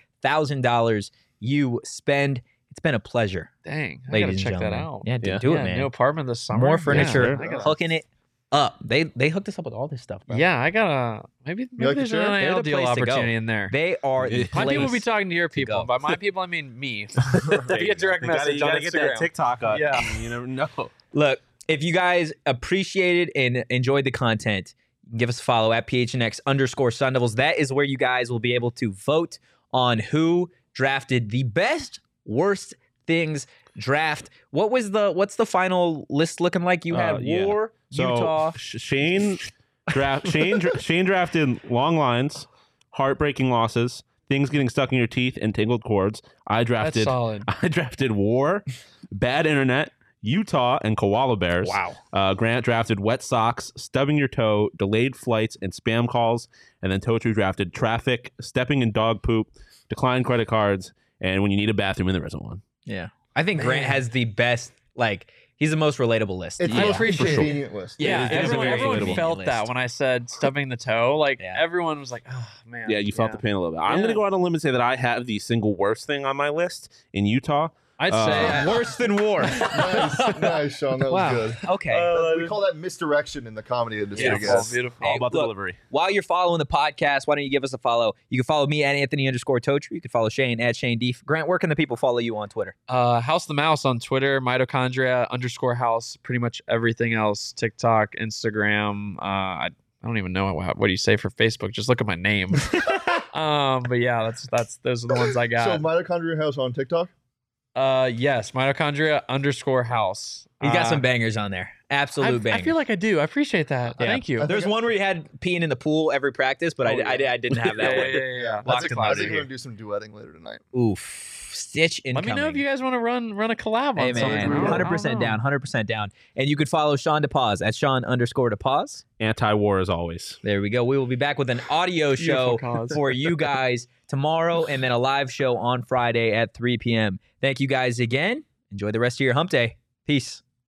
Speaker 1: $1,000 you spend. It's been a pleasure,
Speaker 3: Dang. I gotta
Speaker 1: ladies
Speaker 3: check
Speaker 1: and
Speaker 3: that
Speaker 1: gentlemen.
Speaker 3: out.
Speaker 1: Yeah, dude,
Speaker 4: Yeah.
Speaker 1: do
Speaker 3: Yeah,
Speaker 1: it, man.
Speaker 3: New apartment this summer.
Speaker 1: More
Speaker 3: Yeah,
Speaker 1: Furniture
Speaker 3: I gotta-
Speaker 1: hooking it up. They they hooked us up with all this stuff, bro.
Speaker 3: Yeah, I gotta. Maybe, maybe
Speaker 2: like the
Speaker 3: there's
Speaker 2: chair?
Speaker 3: an
Speaker 1: They're
Speaker 3: NIL
Speaker 1: the
Speaker 3: deal
Speaker 1: place to go.
Speaker 3: opportunity in there.
Speaker 1: They are the
Speaker 3: my people
Speaker 1: place
Speaker 3: be talking to your people.
Speaker 1: go.
Speaker 3: By my people, I mean me.
Speaker 4: Via
Speaker 3: Via direct message on Instagram.
Speaker 4: TikTok up.
Speaker 3: Yeah.
Speaker 4: You never know.
Speaker 1: Look, if you guys appreciated and enjoyed the content, give us a follow at PHNX underscore Sun Devils. That is where you guys will be able to vote on who drafted the best, worst things draft. What was the what's the final list looking like? You had
Speaker 4: Uh, yeah.
Speaker 1: War,
Speaker 4: So
Speaker 1: Utah.
Speaker 4: Sh- Shane draft Shane dra- Shane drafted long lines, heartbreaking losses, things getting stuck in your teeth, and tangled cords. I
Speaker 3: That's
Speaker 4: drafted
Speaker 3: solid.
Speaker 4: I drafted War, Bad Internet, Utah, and Koala Bears.
Speaker 1: Wow.
Speaker 4: Uh, Grant drafted Wet Socks, Stubbing Your Toe, Delayed Flights, and Spam Calls. And then Totu drafted Traffic, Stepping in Dog Poop, Declined Credit Cards, and When You Need a Bathroom, and there isn't one.
Speaker 1: Yeah. I think Grant has the best like he's the most relatable list.
Speaker 2: It's
Speaker 3: I
Speaker 2: a
Speaker 3: appreciate it.
Speaker 2: convenient list.
Speaker 3: Yeah,
Speaker 4: it is a
Speaker 3: everyone,
Speaker 4: very
Speaker 3: everyone
Speaker 4: relatable
Speaker 3: felt
Speaker 1: list.
Speaker 3: that when I said stubbing the toe. Like
Speaker 1: Yeah.
Speaker 3: everyone was like, "Oh man."
Speaker 4: Yeah, you felt the pain a little bit. I'm
Speaker 3: Yeah.
Speaker 4: going to go out on a limb and say that I have the single worst thing on my list in Utah.
Speaker 3: I'd say
Speaker 1: worse than war.
Speaker 2: nice, nice, Sean. That
Speaker 1: Wow.
Speaker 2: was good.
Speaker 1: Okay.
Speaker 2: That's- we call that misdirection in the comedy industry. I guess.
Speaker 1: Hey, look, While you're following the podcast, why don't you give us a follow? You can follow me at Anthony underscore Tocher. You can follow Shane at Shane Deef. Grant, where can the people follow you on Twitter?
Speaker 3: Uh, house the mouse on Twitter, mitochondria underscore house, pretty much everything else, TikTok, Instagram. Uh, I, I don't even know what, what do you say for Facebook. Just look at my name. um, but yeah, that's that's those are the
Speaker 1: Oh
Speaker 3: ones I
Speaker 2: So
Speaker 3: got.
Speaker 2: mitochondria house on TikTok.
Speaker 3: uh, yes, mitochondria underscore house.
Speaker 1: You got
Speaker 3: Uh,
Speaker 1: some bangers on there. Absolute
Speaker 3: I,
Speaker 1: bangers.
Speaker 3: I feel like I do. I appreciate that.
Speaker 1: Yeah.
Speaker 3: Thank you.
Speaker 1: There's one where you had peeing in the pool every practice, but I,
Speaker 3: Oh, yeah.
Speaker 1: I, I didn't have that
Speaker 3: yeah,
Speaker 1: one.
Speaker 3: yeah, yeah, yeah.
Speaker 2: I
Speaker 1: Locked
Speaker 2: think,
Speaker 1: and
Speaker 2: I
Speaker 1: loaded
Speaker 2: think we're
Speaker 1: here.
Speaker 2: gonna do some duetting later tonight.
Speaker 1: Oof. Stitch
Speaker 3: Let
Speaker 1: incoming.
Speaker 3: me know if you guys want to run run a collab
Speaker 1: Hey
Speaker 3: on something.
Speaker 1: man,
Speaker 3: I don't- I don't
Speaker 1: 100%
Speaker 3: know.
Speaker 1: down, 100% down. And you could follow Sean DePause at Sean underscore DePause.
Speaker 4: Anti-war as always.
Speaker 1: There we go. We will be back with an audio show
Speaker 3: Beautiful cause.
Speaker 1: for you guys tomorrow and then a live show on Friday at 3 p.m. Thank you guys again. Enjoy the rest of your hump day. Peace.